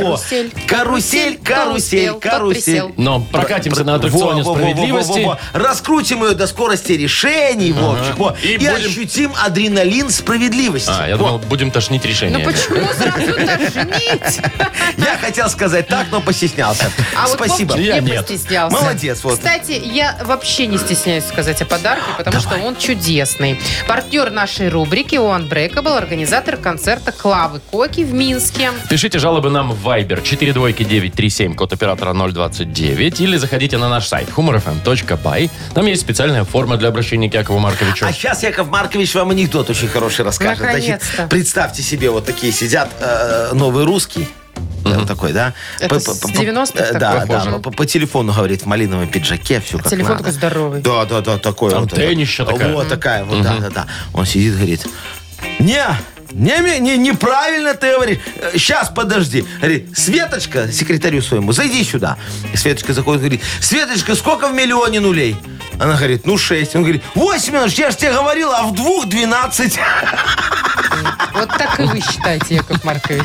Speaker 2: Карусель. Кто
Speaker 3: Карусель,
Speaker 2: успел,
Speaker 3: карусель,
Speaker 2: тот
Speaker 3: карусель.
Speaker 2: присел.
Speaker 1: Но прокатимся на аттракционе
Speaker 3: Во, во, во, во, во,
Speaker 1: справедливости.
Speaker 3: во, во. Раскрутим ее до скорости решений, Вовчик. Во.
Speaker 1: И
Speaker 3: И,
Speaker 1: будем-
Speaker 3: ощутим адреналин справедливости.
Speaker 1: А, я думал, будем тошнить решение.
Speaker 2: Ну почему сразу тошнить?
Speaker 3: Я хотел сказать так, но постеснялся.
Speaker 2: А вот
Speaker 3: Спасибо.
Speaker 2: Вовчик
Speaker 1: Я
Speaker 2: не
Speaker 1: нет.
Speaker 2: постеснялся.
Speaker 3: Молодец, вот.
Speaker 2: кстати, я вообще не стесняюсь сказать о подарке, потому что он чудесный. Партнер нашей рубрики One Breakable, организатор концерта Клавы Коки в Минске.
Speaker 1: Пишите жалобы нам в Viber 42937, код оператора 029, или заходите на наш сайт humorfm.by. Там есть специальная форма для обращения к Якову Марковичу.
Speaker 3: А сейчас Яков Маркович вам анекдот очень хороший расскажет.
Speaker 2: Наконец-то.
Speaker 3: Значит, представьте себе, вот такие сидят э, новые русские. Там такой, да?
Speaker 2: Это с 90-х
Speaker 3: э,
Speaker 2: такой
Speaker 3: Да, да,
Speaker 2: похоже. А
Speaker 3: по, по телефону говорит, в малиновом пиджаке, все как
Speaker 2: телефон
Speaker 3: надо.
Speaker 2: такой здоровый.
Speaker 3: Да, да, да, такой.
Speaker 1: Там
Speaker 3: вот это.
Speaker 1: тенища такая.
Speaker 3: Вот такая, вот, да, да, да. Он сидит, говорит, не, не, не, не- неправильно ты говоришь. Сейчас подожди. Говорит, Светочка, секретарю своему, зайди сюда. И Светочка заходит, говорит, Светочка, сколько в миллионе нулей? Она говорит, ну шесть. Он говорит, восемь, Иванович, я же тебе говорил, а в двух двенадцать.
Speaker 2: Вот так и вы считаете, Яков Маркович.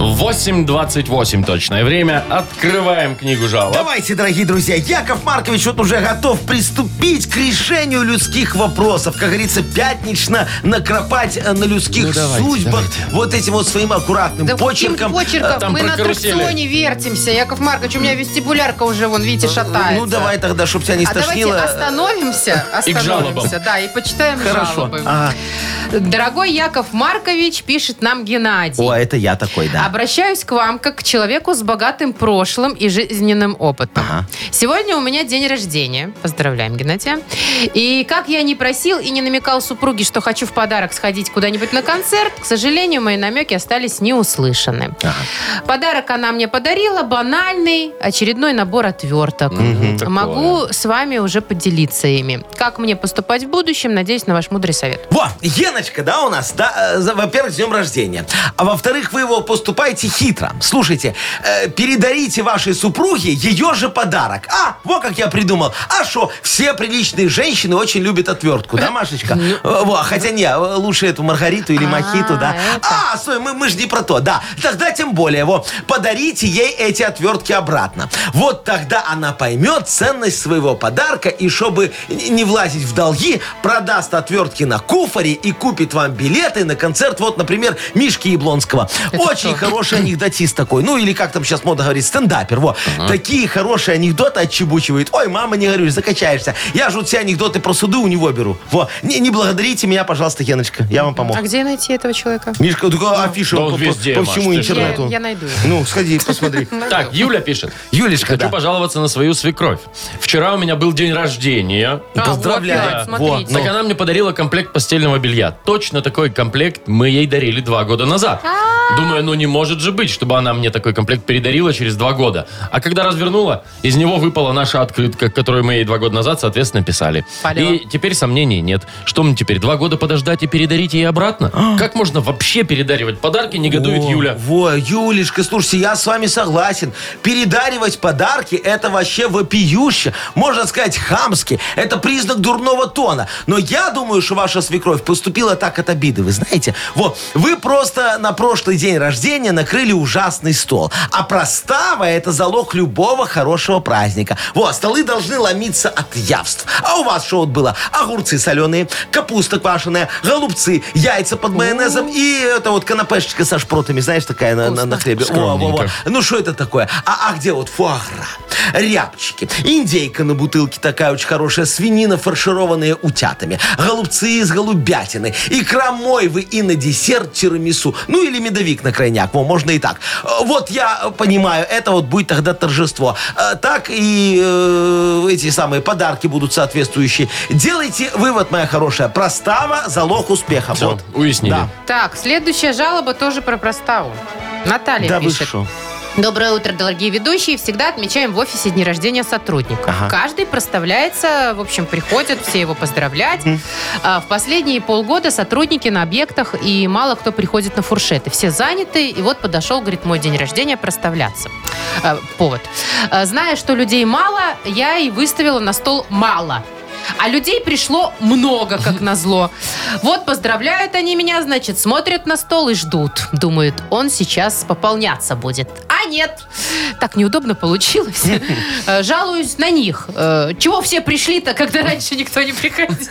Speaker 1: 8.28 точное время. Открываем книгу жалоб.
Speaker 3: Давайте, дорогие друзья, Яков Маркович вот уже готов приступить к решению людских вопросов. Как говорится, пятнично накропать э, на людских
Speaker 1: Ну, давайте,
Speaker 3: судьбах вот этим вот своим аккуратным
Speaker 2: Да
Speaker 3: почерком.
Speaker 2: каким почерком?
Speaker 3: Э,
Speaker 1: там
Speaker 2: Мы
Speaker 1: про
Speaker 2: на
Speaker 1: карусели.
Speaker 2: аттракционе вертимся, Яков Маркович. У меня вестибулярка уже, вон, видите, шатается.
Speaker 3: Ну, давай тогда, чтобы тебя не
Speaker 2: А давайте
Speaker 3: стошнило.
Speaker 2: остановимся,
Speaker 1: И к жалобам.
Speaker 2: остановимся, да, и почитаем
Speaker 3: Хорошо. А.
Speaker 2: жалобы.
Speaker 3: Ага.
Speaker 2: Дорогой Яков Маркович, пишет нам Геннадий.
Speaker 3: О, это я такой, да.
Speaker 2: Обращаюсь к вам как к человеку с богатым прошлым и жизненным опытом.
Speaker 3: Ага.
Speaker 2: Сегодня у меня день рождения. Поздравляем, Геннадия. И как я не просил и не намекал супруге, что хочу в подарок сходить куда-нибудь на концерт, к сожалению, мои намеки остались не услышаны. Подарок она мне подарила, банальный, очередной набор отверток.
Speaker 1: Мгм, такое.
Speaker 2: Могу с вами уже поделиться ими. Как мне поступать в будущем, надеюсь на ваш мудрый совет.
Speaker 3: Во, Геночка, да, у нас, да, э, за- во-первых, с днем рождения. А во-вторых, вы его поступаете хитро. Слушайте, э, передарите вашей супруге ее же подарок. А, вот как я придумал. А что, все приличные женщины очень любят отвертку, да, Машечка? Э, Во, хотя не, э, лучше эту Маргариту или
Speaker 2: Ну. А,
Speaker 3: Мохиту, да.
Speaker 2: это.
Speaker 3: А, стой, мы, мы же не про то, да. Тогда тем более, во, подарите ей эти отвертки обратно. Вот тогда она поймет ценность своего подарка, и чтобы н- не влазить в долги, продаст отвертки на куфоре и купит вам билеты на концерт, вот, например, Мишки Яблонского. Очень
Speaker 2: кто?
Speaker 3: хороший анекдотист такой. Ну, или как там сейчас мода говорит, стендапер, во. Такие хорошие анекдоты отчебучивает. Ой, мама, не горюй, закачаешься. Я же вот все анекдоты про суды у него беру. Во, не, не благодарите меня, пожалуйста, Геночка, я вам помог.
Speaker 2: А где найти этого человека?
Speaker 3: Мишка, только афиша
Speaker 1: Да
Speaker 3: по,
Speaker 1: он везде,
Speaker 3: по- по
Speaker 1: Маш,
Speaker 3: всему
Speaker 1: ты что?
Speaker 2: Ну, Я,
Speaker 3: интернету.
Speaker 2: я найду его.
Speaker 3: Ну, сходи, посмотри.
Speaker 1: Так, Юля пишет.
Speaker 3: Юлечка,
Speaker 1: Хочу
Speaker 3: да.
Speaker 1: пожаловаться на свою свекровь. Вчера у меня был день рождения.
Speaker 2: А,
Speaker 3: Поздравляю.
Speaker 2: вот, опять,
Speaker 1: Да.
Speaker 2: смотрите.
Speaker 3: Ну.
Speaker 1: Так она мне подарила комплект постельного белья. Точно такой комплект мы ей дарили два года назад.
Speaker 3: А.
Speaker 1: Думаю, ну не может же быть, чтобы она мне такой комплект передарила через два года. А когда развернула, из него выпала наша открытка, которую мы ей два года назад, соответственно, писали.
Speaker 2: Алло.
Speaker 1: И теперь сомнений нет. Что мне теперь, два года подождать и передарить ей обратно?
Speaker 3: А.
Speaker 1: Как можно вообще передаривать подарки, негодует
Speaker 3: Во,
Speaker 1: Юля.
Speaker 3: Во, Юлечка, слушайте, я с вами согласен. Передаривать подарки – это вообще вопиюще. Можно сказать, хамски. Это признак дурного тона. Но я думаю, что ваша свекровь поступила так от обиды, вы знаете. Вот, вы просто на прошлый день рождения накрыли ужасный стол. А простава – это залог любого хорошего праздника. Вот, столы должны ломиться от явств. А у вас что вот было? Огурцы соленые, капуста квашеная, голубцы, яйца под майонезом и это вот канапешечка со шпротами, знаешь, такая на, на- на хлебе. Во, во, во.
Speaker 1: Скромненько.
Speaker 3: Ну что это такое? А, а где вот фуагра, рябчики, индейка на бутылке такая очень хорошая, свинина, фаршированная утятами, голубцы из голубятины, икра мойвы и на десерт тирамису. Ну или медовик на крайняк, во, можно и так. Э, Вот я э, понимаю, это вот будет тогда торжество. Э, Так и э, эти самые подарки будут соответствующие. Делайте вывод, моя хорошая. Простава – залог успеха.
Speaker 1: Всё,
Speaker 3: вот.
Speaker 1: уяснили.
Speaker 3: Да.
Speaker 2: Так, следующая жалоба тоже про проставу. Наталья
Speaker 3: Да вы
Speaker 2: пишет.
Speaker 3: шо?
Speaker 2: Доброе утро, дорогие ведущие. Всегда отмечаем в офисе дни рождения сотрудников.
Speaker 3: Ага.
Speaker 2: Каждый проставляется, в общем, приходят, все его поздравлять. А в последние полгода сотрудники на объектах и мало кто приходит на фуршеты. Все заняты, и вот подошел, говорит, мой день рождения проставляться. А, повод. А, зная, что людей мало, я и выставила на стол мало. А людей пришло много, как назло. Вот поздравляют они меня, значит, смотрят на стол и ждут. Думают, он сейчас пополняться будет. А нет. Так неудобно получилось. Э, Жалуюсь на них. Э, Чего все пришли-то, когда раньше никто не приходил?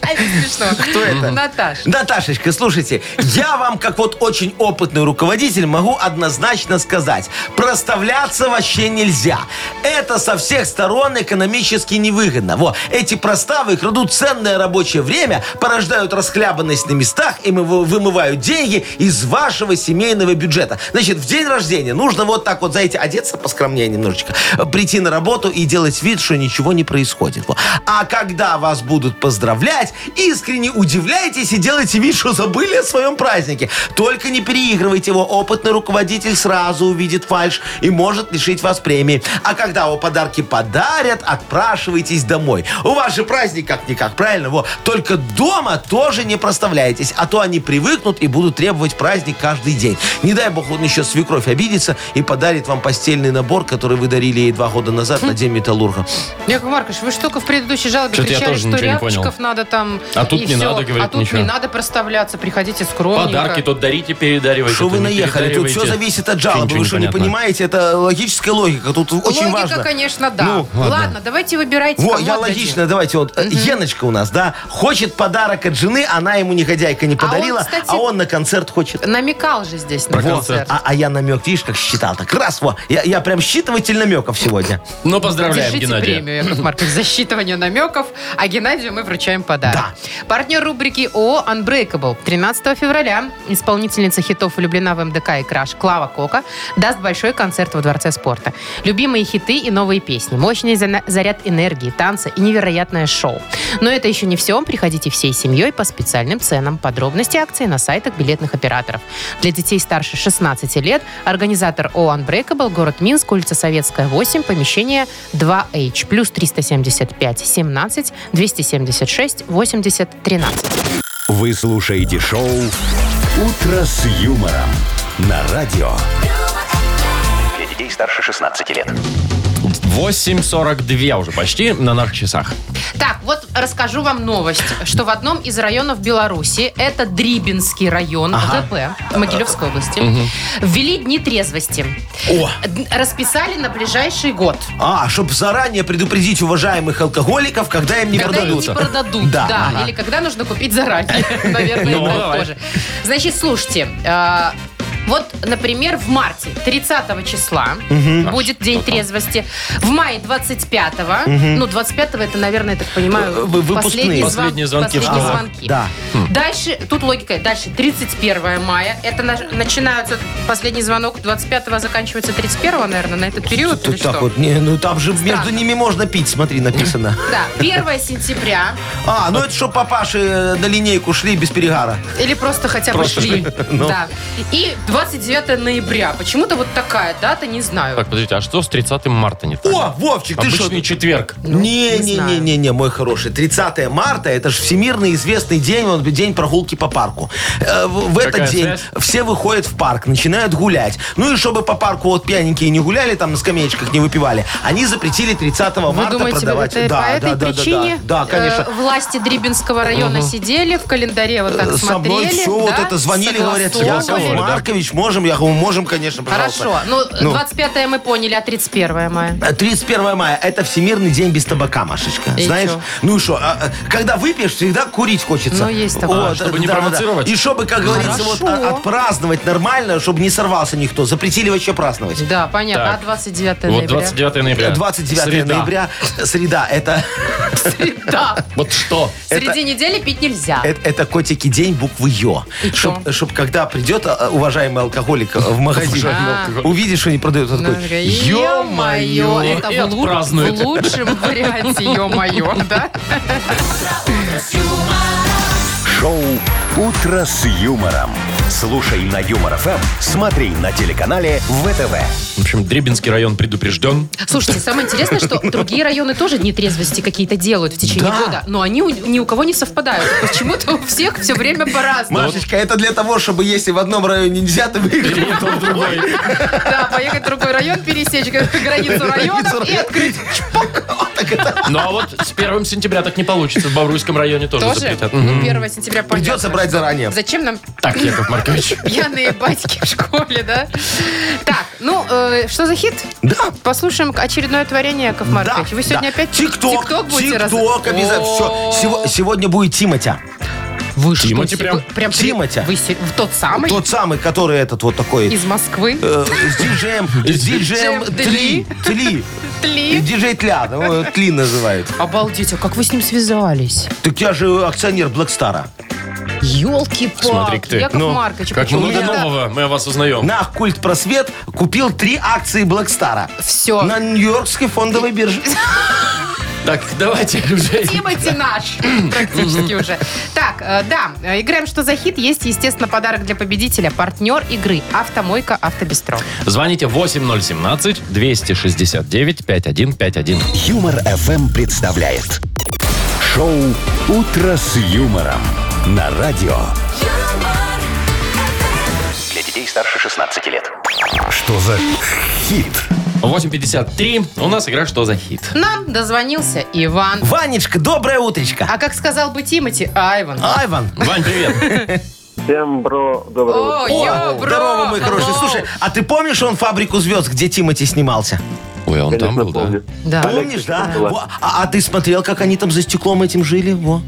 Speaker 2: Это смешно. Кто это? Наташа.
Speaker 3: Наташечка, слушайте, я вам, как вот очень опытный руководитель, могу однозначно сказать, проставляться вообще нельзя. Это со всех сторон экономически невыгодно. Во, эти проставы крадут ценное рабочее время, порождают расхлябанность на местах и мыв- вымывают деньги из вашего семейного бюджета. Значит, в день рождения нужно вот так вот, знаете, одеться поскромнее немножечко, э, прийти на работу и делать вид, что ничего не происходит. Во. А когда вас будут поздравлять, искренне удивляйтесь и делайте вид, что забыли о своем празднике. Только не переигрывайте его. Опытный руководитель сразу увидит фальш и может лишить вас премии. А когда его подарки подарят, отпрашивайтесь домой. У вас же праздник как-никак, правильно? Во. Только дома тоже не проставляйтесь, а то они привыкнут и будут требовать праздник каждый день. Не дай бог, он еще свекровь обидится и подарит вам постельный набор, который вы дарили ей два года назад на День металлурга.
Speaker 2: Яков Маркович, вы же только в предыдущей жалобе
Speaker 1: Что-то я
Speaker 2: кричали,
Speaker 1: тоже
Speaker 2: что
Speaker 1: ничего не понял.
Speaker 2: рябчиков надо там.
Speaker 1: А тут
Speaker 2: и
Speaker 1: не
Speaker 2: всё.
Speaker 1: надо, говорит,
Speaker 2: А тут
Speaker 1: ничего.
Speaker 2: не надо проставляться, приходите скромненько.
Speaker 1: Подарки тут дарите, передаривайте.
Speaker 3: Что
Speaker 1: тут
Speaker 3: вы
Speaker 1: не
Speaker 3: наехали? Тут все
Speaker 1: передаривайте.
Speaker 3: зависит от
Speaker 1: Вообще
Speaker 3: жалобы.
Speaker 1: ничего
Speaker 3: Вы что, не
Speaker 1: понятно.
Speaker 3: понимаете? Это логическая логика. Тут очень
Speaker 2: Логика,
Speaker 3: важно.
Speaker 2: конечно, да.
Speaker 3: Ну,
Speaker 2: ладно.
Speaker 3: ладно.
Speaker 2: давайте выбирайте.
Speaker 3: Во,
Speaker 2: кому
Speaker 3: я
Speaker 2: отдадим.
Speaker 3: логично, давайте вот. э, Геночка у нас, да, хочет подарок от жены, она ему негодяйка не
Speaker 2: А он,
Speaker 3: подарила, а он,
Speaker 2: кстати,
Speaker 3: на концерт хочет.
Speaker 2: Намекал же здесь
Speaker 1: Про
Speaker 2: на
Speaker 1: концерт.
Speaker 2: концерт.
Speaker 3: А, а я намек, видишь, как считал. Так раз, во, я, я прям считыватель намеков сегодня.
Speaker 1: Ну, поздравляем,
Speaker 2: Держите
Speaker 1: Геннадий.
Speaker 2: премию, Яков Маркович, за считывание намеков, а Геннадию мы вручаем подарок. Партнер рубрики ООО «Unbreakable». 13 февраля исполнительница хитов «Влюблена в МДК» и «Краш» Клава Кока даст большой концерт во Дворце спорта. Любимые хиты и новые песни, мощный зана- заряд энергии, танца и невероятное шоу. Но это еще не все. Приходите всей семьей по специальным ценам. Подробности акции на сайтах билетных операторов. Для детей старше 16 лет организатор ООО Unbreakable, город Минск, улица Советская, 8, помещение 2H, плюс 375 17 276 80 13.
Speaker 4: Вы слушаете шоу «Утро с юмором» на радио.
Speaker 6: Для детей старше 16 лет.
Speaker 1: 8.42 уже почти на наших часах.
Speaker 2: Так, вот расскажу вам новость, что в одном из районов Беларуси, это Дрибинский район ВП Могилевской области, ввели дни трезвости.
Speaker 3: О,
Speaker 2: Д- Расписали на ближайший год.
Speaker 3: а, чтобы заранее предупредить уважаемых алкоголиков, когда им не
Speaker 2: когда их
Speaker 3: продадут.
Speaker 2: не продадут, да.
Speaker 3: Да, ага.
Speaker 2: Или когда нужно купить заранее. Наверное,
Speaker 1: Ну,
Speaker 2: это
Speaker 1: давай.
Speaker 2: тоже. Значит, слушайте. э, Вот, например, в марте 30 числа будет День трезвости. В мае 25-го. Ну, 25-го это, наверное, я так понимаю,
Speaker 3: Э, вы- выпускные.
Speaker 2: последние звон-
Speaker 1: Последние звонки в
Speaker 2: последние
Speaker 1: школу.
Speaker 2: звонки. Хм.
Speaker 3: Да.
Speaker 2: Дальше, тут логика, дальше 31 мая. Это на- начинаются последний звонок 25-го, заканчивается 31-го, наверное, на этот период. или
Speaker 3: Тут так
Speaker 2: что?
Speaker 3: вот, не, ну там же между
Speaker 2: Странно.
Speaker 3: ними можно пить, смотри, написано.
Speaker 2: Да, 1 сентября.
Speaker 3: А, ну это что папаши э, на линейку шли без перегара.
Speaker 2: Или просто хотя бы
Speaker 1: Просто ну.
Speaker 2: шли. Да. И 29 ноября. Почему-то вот такая дата, не знаю.
Speaker 1: Так, подождите, а что с 30 марта не так?
Speaker 3: О, Вовчик, ты что?
Speaker 1: Обычный четверг.
Speaker 2: Ну, не знаю.
Speaker 3: Не-не-не-не, мой хороший. 30 марта это же всемирно известный день, он день прогулки по парку. Э, В в
Speaker 1: Какая
Speaker 3: этот день
Speaker 1: связь?
Speaker 3: все выходят в парк, начинают гулять. Ну и чтобы по парку вот пьяненькие не гуляли, там на скамеечках не выпивали, они запретили 30
Speaker 2: Вы
Speaker 3: марта
Speaker 2: думаете, вот
Speaker 3: продавать.
Speaker 2: это по этой
Speaker 3: да, да,
Speaker 2: причине
Speaker 3: да, да, конечно.
Speaker 2: э, власти Дрибинского района сидели, в календаре вот так
Speaker 3: Э, Со мной
Speaker 2: смотрели?
Speaker 3: все
Speaker 2: да,
Speaker 3: вот это звонили, говорят, «Типа,
Speaker 2: согласовывали.
Speaker 3: Яков
Speaker 1: да.
Speaker 3: Маркович, можем, я говорю, можем, конечно, пожалуйста.
Speaker 2: Хорошо. Ну, 25 мы поняли, а 31 мая?
Speaker 3: Э, 31 мая – это Всемирный день без табака, Машечка.
Speaker 2: И
Speaker 3: Знаешь?
Speaker 2: чё?
Speaker 3: Ну и что? а, а, Когда выпьешь, всегда курить хочется.
Speaker 2: Ну, есть такое.
Speaker 3: Вот,
Speaker 1: А, чтобы
Speaker 3: да,
Speaker 1: не
Speaker 3: да, да.
Speaker 1: провоцировать?
Speaker 3: И чтобы, как говорится, вот
Speaker 2: Хорошо.
Speaker 3: а, отпраздновать нормально, чтобы не сорвался никто. Запретили вообще праздновать.
Speaker 2: Да, понятно.
Speaker 1: Так.
Speaker 2: А 29
Speaker 1: Вот
Speaker 2: ноября?
Speaker 1: 29 ноября.
Speaker 3: 29
Speaker 1: Э, Среда.
Speaker 3: ноября, э, среда, это,
Speaker 2: Да.
Speaker 1: Вот что?
Speaker 2: Среди недели пить нельзя.
Speaker 3: это, это котики день буквы Ё.
Speaker 2: И чё?
Speaker 3: Чтоб, чтоб когда придет а, уважаемый алкоголик э, в магазин,
Speaker 2: Уважаемый
Speaker 1: алкоголик.
Speaker 3: увидишь, что не продают,
Speaker 2: Ну,
Speaker 3: он такой,
Speaker 2: Ё-моё, это
Speaker 1: И
Speaker 2: в, лу-
Speaker 1: отпразднует.
Speaker 2: в лучшем варианте, ё-моё, да?
Speaker 4: Шоу «Утро с юмором». Слушай на Юмор ФМ, смотри на телеканале ВТВ.
Speaker 1: В общем, Дребинский район предупрежден.
Speaker 2: Слушайте, самое интересное, что другие районы тоже дни трезвости какие-то делают в течение
Speaker 3: Да.
Speaker 2: года, но они у- ни у кого не совпадают. Почему-то у всех все время по-разному.
Speaker 3: Машечка, это для того, чтобы если в одном районе нельзя, ты выиграешь.
Speaker 2: Да, поехать в другой район, пересечь границу районов и открыть чпок.
Speaker 3: как это?
Speaker 1: Ну а вот с 1 сентября так не получится. В Бавруйском районе тоже,
Speaker 2: Тоже?
Speaker 1: запретят. Мгм.
Speaker 2: Ну, 1 сентября понятно.
Speaker 3: Придется брать заранее.
Speaker 2: Зачем нам
Speaker 1: Так, Яков Маркович.
Speaker 2: пьяные батьки в школе, да? Так, ну, э, что за хит?
Speaker 3: Да.
Speaker 2: Послушаем очередное творение, Яков Маркович. Вы сегодня опять
Speaker 3: ТикТок,
Speaker 2: тикток будете раз-
Speaker 3: ТикТок обязательно. Все.
Speaker 2: О,
Speaker 3: сегодня будет Тиматя.
Speaker 2: Вы что,
Speaker 1: Тимати
Speaker 2: се-
Speaker 1: прям.
Speaker 2: прям при-
Speaker 3: Тимати.
Speaker 2: Вы се- в тот самый?
Speaker 3: Тот самый, который этот вот такой.
Speaker 2: А Из Москвы?
Speaker 3: э, С диджеем, с
Speaker 2: Диджеем
Speaker 3: диджеем Тли, Тли,
Speaker 2: Тли.
Speaker 3: диджей Тля, ну, э, Тли называют.
Speaker 2: Обалдеть, а как вы с ним связались?
Speaker 3: Так я же акционер Блэкстара.
Speaker 2: Елки-палки.
Speaker 1: Смотри-ка ты.
Speaker 3: Ну,
Speaker 1: Ну,
Speaker 2: Яков Маркович,
Speaker 1: как
Speaker 2: почему
Speaker 1: много
Speaker 2: надо
Speaker 1: нового мы о вас узнаем.
Speaker 3: На культ просвет купил три акции Блэкстара.
Speaker 2: Всё.
Speaker 3: На Нью-Йоркской фондовой бирже.
Speaker 1: Так, давайте уже.
Speaker 2: Тимати наш практически уже. Так, э, да, э, играем «Что за хит?» Есть, естественно, подарок для победителя. Партнер игры «Автомойка Автобестро».
Speaker 1: Звоните 8017-269-5151.
Speaker 4: Юмор FM представляет шоу Утро с юмором на радио.
Speaker 8: юмор,
Speaker 6: Для детей старше 16 лет.
Speaker 4: Что за хит?
Speaker 1: 8.53. У нас игра «Что за хит?».
Speaker 2: Нам дозвонился Иван.
Speaker 3: Ванечка, доброе утречко. А,
Speaker 2: А как сказал бы Тимати, а, Айван.
Speaker 3: Айван.
Speaker 1: Вань, привет.
Speaker 5: Всем, бро, доброе утро.
Speaker 2: О,
Speaker 3: О,
Speaker 2: йо, бро,
Speaker 3: здорово, мой хороший.
Speaker 2: hello.
Speaker 3: Слушай, а ты помнишь он «Фабрику звезд», где Тимати снимался?
Speaker 1: Ой, он там
Speaker 5: Конечно,
Speaker 1: был, да?
Speaker 5: помню.
Speaker 2: Да.
Speaker 3: Помнишь, да?
Speaker 5: была.
Speaker 3: Во, А, а ты смотрел, как они там за стеклом этим жили? Во.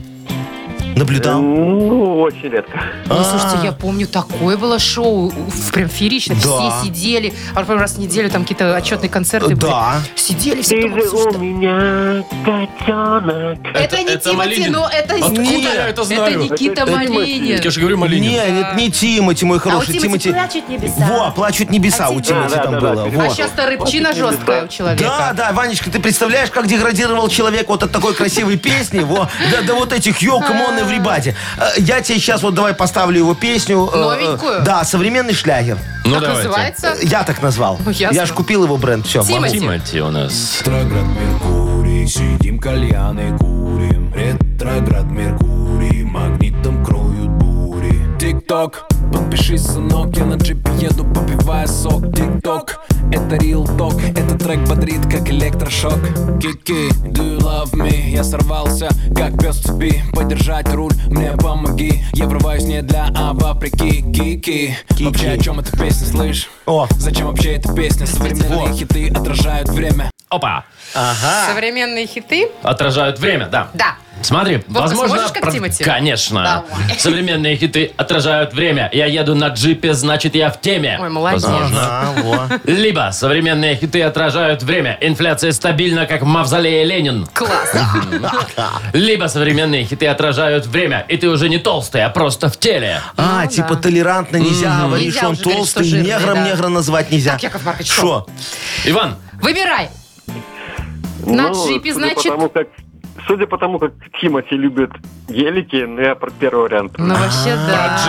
Speaker 3: Наблюдал? А.
Speaker 5: Ну, очень редко.
Speaker 2: Ну, слушайте, я помню, такое было шоу, уф, прям феерично,
Speaker 3: Да.
Speaker 2: все сидели, а потом раз в неделю там какие-то отчетные концерты были.
Speaker 3: Да.
Speaker 2: Сидели все
Speaker 7: Ты
Speaker 2: там,
Speaker 7: же у
Speaker 2: слушай,
Speaker 5: Ну,
Speaker 7: меня котенок.
Speaker 2: Это, не
Speaker 1: это
Speaker 2: Тимати,
Speaker 1: Малинин.
Speaker 2: но это,
Speaker 1: Откуда
Speaker 2: Никита-
Speaker 1: я это знаю?
Speaker 2: Никита
Speaker 5: Это Тимати.
Speaker 2: Малинин. А
Speaker 1: Я же говорю, Малинин.
Speaker 3: Нет, это не Тимати, мой хороший. Тимати
Speaker 8: плачут небеса.
Speaker 3: Во, плачут небеса
Speaker 8: А
Speaker 3: у
Speaker 8: Тимати-
Speaker 3: Тимати
Speaker 5: Да,
Speaker 3: там
Speaker 5: да, да,
Speaker 3: было.
Speaker 5: да.
Speaker 2: А
Speaker 3: Во.
Speaker 2: сейчас-то рыбчина
Speaker 5: Очень
Speaker 2: жесткая у
Speaker 5: любит,
Speaker 2: человека.
Speaker 3: Да, да, Ванечка, ты представляешь, как деградировал человек вот от такой красивой песни, во, до, до вот этих йо, камон, эврибади. Э, Я тебе сейчас вот давай поставлю его песню. э,
Speaker 2: Новенькую?
Speaker 3: э, Да, современный шлягер.
Speaker 1: Ну,
Speaker 2: Как
Speaker 1: давайте.
Speaker 2: называется?
Speaker 3: Э, Я так назвал.
Speaker 2: Ну, ясно.
Speaker 3: Я ж купил его бренд, все.
Speaker 2: Тимати.
Speaker 1: Тимати у нас.
Speaker 9: Ретроград Меркурий, сидим кальяны курим Ретроград Меркурий, магнитом кроют бури Тик-ток, подпишись, сынок, я на джипе еду, попивая сок Тик-ток, это real ток, этот трек бодрит, как электрошок Кики, do you love me? Я сорвался, как пес в цепи Подержать руль, мне помоги Я врываюсь не для, а вопреки Кики, вообще о чем эта песня, слышь?
Speaker 3: О.
Speaker 9: Зачем вообще эта песня? Современные хиты отражают время
Speaker 1: Опа. А.
Speaker 2: Современные хиты.
Speaker 1: Отражают время, да.
Speaker 2: Да.
Speaker 1: Смотри, возможно...
Speaker 2: сможешь как Тимати?
Speaker 1: Конечно.
Speaker 2: Давай.
Speaker 1: Современные хиты отражают время. Я еду на джипе, значит, я в теме.
Speaker 2: Ой, молодец.
Speaker 1: Возможно.
Speaker 3: А, во.
Speaker 1: Либо современные хиты отражают время. Инфляция стабильна, как в мавзолее Ленин.
Speaker 2: Класс.
Speaker 1: Либо современные хиты отражают время, и ты уже не толстый, а просто в теле.
Speaker 3: А,
Speaker 2: Ну,
Speaker 3: типа
Speaker 2: да.
Speaker 3: толерантно нельзя, говоришь,
Speaker 2: Нельзя
Speaker 3: он
Speaker 2: уже говорить, что
Speaker 3: толстый,
Speaker 2: жирный,
Speaker 3: негром
Speaker 2: да.
Speaker 3: негра назвать нельзя.
Speaker 2: Так, Яков Маркович,
Speaker 3: Шо?
Speaker 1: Иван,
Speaker 2: Выбирай.
Speaker 1: Ну,
Speaker 2: На джипе,
Speaker 5: судя
Speaker 2: значит?
Speaker 5: по тому, как- Судя по тому, как Тимати любит гелики, ну, я про первый вариант.
Speaker 2: Ну, вообще, да.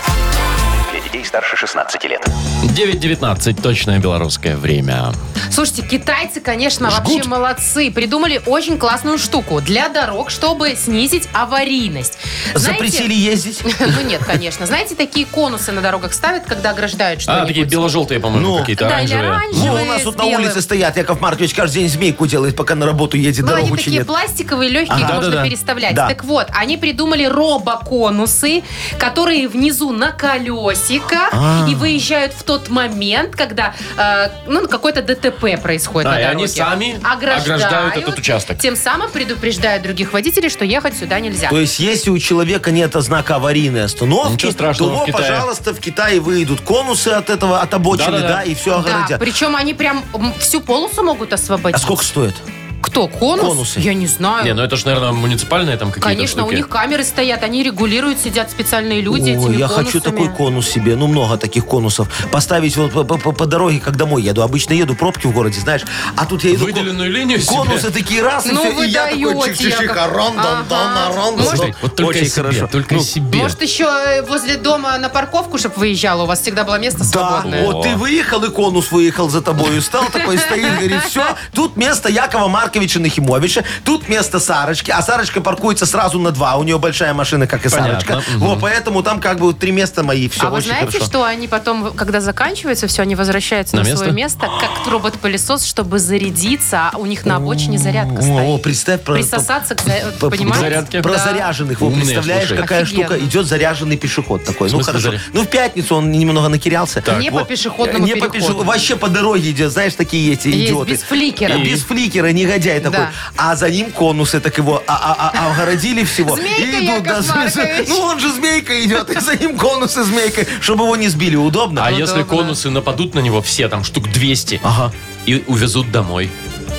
Speaker 6: Для детей старше 16 лет.
Speaker 1: 9.19, точное белорусское время. А,
Speaker 2: Слушайте, китайцы, конечно, вообще молодцы. Придумали очень классную штуку для дорог, чтобы снизить аварийность. Знаете-
Speaker 3: Запретили ездить.
Speaker 2: Ну нет, конечно. Знаете, такие конусы на дорогах ставят, когда ограждают что-нибудь?
Speaker 1: А, такие бело-желтые, по-моему,
Speaker 3: Ну.
Speaker 1: какие-то
Speaker 2: Да, или
Speaker 1: оранжевые.
Speaker 2: оранжевые.
Speaker 3: Во, у нас
Speaker 2: с
Speaker 3: тут на
Speaker 2: белым.
Speaker 3: улице стоят. Яков Маркович каждый день змейку делает, пока на работу едет,
Speaker 2: Ну, они
Speaker 3: дорогу
Speaker 2: такие
Speaker 3: чинит.
Speaker 2: пластиковые, легкие, их
Speaker 1: Ага.
Speaker 2: можно
Speaker 1: Да-да-да.
Speaker 2: переставлять.
Speaker 3: Да.
Speaker 2: Так вот, они придумали робоконусы, которые внизу на колесиках грузовика
Speaker 1: А.
Speaker 2: и выезжают в тот момент, когда э, ну, какое-то ДТП происходит
Speaker 1: Да,
Speaker 2: на
Speaker 1: и
Speaker 2: дороге.
Speaker 1: они сами ограждают этот участок.
Speaker 2: Тем самым предупреждают других водителей, что ехать сюда нельзя.
Speaker 3: То есть, если у человека нет знака аварийной остановки,
Speaker 1: Ничего
Speaker 3: то,
Speaker 1: страшного, в
Speaker 3: вот,
Speaker 1: Китае.
Speaker 3: пожалуйста, в Китае выйдут конусы от этого, от обочины,
Speaker 1: Да-да-да.
Speaker 3: да, и все
Speaker 2: Да,
Speaker 3: огородят.
Speaker 2: причем они прям м, всю полосу могут освободить.
Speaker 3: А сколько стоит?
Speaker 2: Кто? Конус?
Speaker 3: Конусы.
Speaker 2: Я не знаю.
Speaker 1: Не, ну это ж, наверное, муниципальные там какие-то
Speaker 2: Конечно, у
Speaker 1: штуки.
Speaker 2: них камеры стоят, они регулируют, сидят специальные люди
Speaker 3: Ой,
Speaker 2: этими
Speaker 3: я
Speaker 2: конусами.
Speaker 3: хочу такой конус себе, ну много таких конусов. Поставить вот по, по- по дороге, как домой еду. Обычно еду пробки в городе, знаешь, а тут я иду...
Speaker 1: Выделенную линию себе.
Speaker 3: Конусы такие раз, и
Speaker 2: Ну
Speaker 3: все,
Speaker 2: вы
Speaker 3: и я такой
Speaker 2: даете,
Speaker 3: чих-чих-чих,
Speaker 2: Яков.
Speaker 3: арон, дон, дон,
Speaker 2: Ага.
Speaker 3: арон,
Speaker 2: Может,
Speaker 3: дон.
Speaker 1: Вот только
Speaker 3: Очень
Speaker 1: и себе,
Speaker 3: хорошо.
Speaker 1: только и
Speaker 3: Ну,
Speaker 1: себе.
Speaker 2: Может, еще э, возле дома на парковку, чтобы выезжала, у вас всегда было место
Speaker 3: Да,
Speaker 2: свободное.
Speaker 3: вот ты выехал, и конус выехал за тобой. Стал такой, стоит, говорит, все, тут место Якова Марковича Нахимовича, тут место Сарочки, а Сарочка паркуется сразу на два. У нее большая машина, как и
Speaker 1: Понятно,
Speaker 3: Сарочка. Вот, поэтому там как бы вот три места мои, все
Speaker 2: а вы
Speaker 3: очень
Speaker 2: знаете,
Speaker 3: хорошо.
Speaker 2: что они потом, когда заканчивается все, они возвращаются
Speaker 1: На
Speaker 2: на, свое место, как робот-пылесос, чтобы зарядиться, а у них на обочине зарядка
Speaker 3: О,
Speaker 2: стоит.
Speaker 3: представь, про-
Speaker 2: Присосаться к, за-
Speaker 3: П-
Speaker 2: понимаете?
Speaker 1: зарядке?
Speaker 3: Э, Про
Speaker 2: Да.
Speaker 3: заряженных. Вот
Speaker 1: Умные,
Speaker 3: представляешь,
Speaker 1: слушай.
Speaker 3: какая
Speaker 2: Офигенно.
Speaker 3: штука. Идет заряженный пешеход такой.
Speaker 1: В
Speaker 3: Ну
Speaker 1: смысле
Speaker 3: хорошо.
Speaker 1: заря-
Speaker 3: Ну в пятницу он немного накирялся.
Speaker 2: Не по
Speaker 3: Вот.
Speaker 2: пешеходному
Speaker 3: Не по
Speaker 2: переходу.
Speaker 3: пеше- Вообще по дороге идет, знаешь, такие эти
Speaker 2: Есть,
Speaker 3: идиоты.
Speaker 2: без фликера.
Speaker 3: И- Без фликера, негодяй такой.
Speaker 2: Да.
Speaker 3: А за ним конусы так его а- а- а- огородили всего. И
Speaker 2: Змейка, Яков
Speaker 3: да, зме-
Speaker 2: Маркович.
Speaker 3: Ну он же змейка идет, и за ним конусы змейкой, чтобы его не сбили.
Speaker 1: А
Speaker 3: Удобно.
Speaker 1: если
Speaker 2: удобно.
Speaker 1: конусы нападут на него все, там штук 200,
Speaker 3: Ага.
Speaker 1: и увезут домой?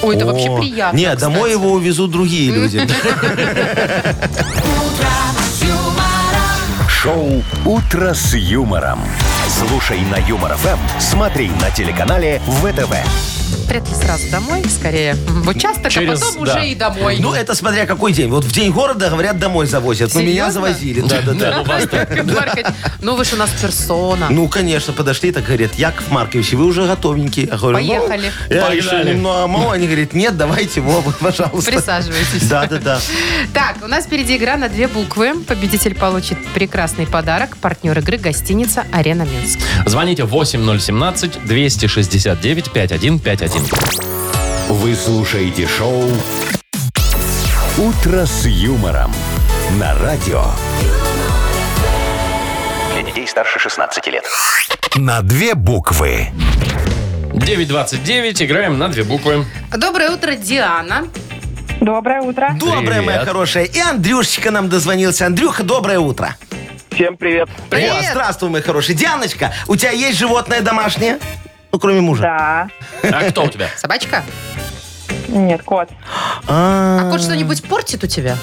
Speaker 2: Ой, это
Speaker 3: О,
Speaker 2: вообще приятно.
Speaker 3: Нет, домой
Speaker 2: кстати.
Speaker 3: его увезут другие люди.
Speaker 4: Шоу «Утро с юмором». Слушай на Юмор ФМ, смотри на телеканале ВТВ.
Speaker 2: Вряд ли сразу домой, скорее. В участок,
Speaker 1: Через-
Speaker 2: а потом
Speaker 1: да.
Speaker 2: уже и домой.
Speaker 3: Ну, это смотря какой день. Вот в день города, говорят, домой завозят. Ну, меня
Speaker 2: Серьезно?
Speaker 3: завозили. Да, да, да.
Speaker 1: Ну, вас так.
Speaker 2: Яков Маркович, ну вы же у нас персона.
Speaker 3: Ну, конечно, подошли, так говорят, Яков Маркович, вы уже готовенький. Я говорю, ну,
Speaker 2: Поехали.
Speaker 3: я
Speaker 1: Погнали.
Speaker 3: еще немного, мол, они говорят, нет, давайте, Вова, пожалуйста.
Speaker 2: Присаживайтесь.
Speaker 3: Да, да, да.
Speaker 2: Так, у нас впереди игра на две буквы. Победитель получит прекрасный подарок. Партнер игры гостиница «Арена Минск».
Speaker 1: Звоните 8017-269-5151.
Speaker 4: Вы слушаете шоу «Утро с юмором» на радио.
Speaker 6: Для детей старше 16 лет.
Speaker 4: На две буквы.
Speaker 1: 929, играем на две буквы.
Speaker 2: Доброе утро, Диана.
Speaker 10: Доброе утро.
Speaker 3: Доброе, моя
Speaker 1: Привет.
Speaker 3: хорошая. И Андрюшечка нам дозвонился. Андрюха, доброе утро.
Speaker 5: Всем привет.
Speaker 3: О, здравствуй, мой хороший. Дианочка, у тебя есть животное домашнее? Ну, кроме мужа.
Speaker 10: Да.
Speaker 1: А кто у тебя?
Speaker 2: Собачка?
Speaker 10: Нет, кот.
Speaker 2: А кот что-нибудь портит у тебя?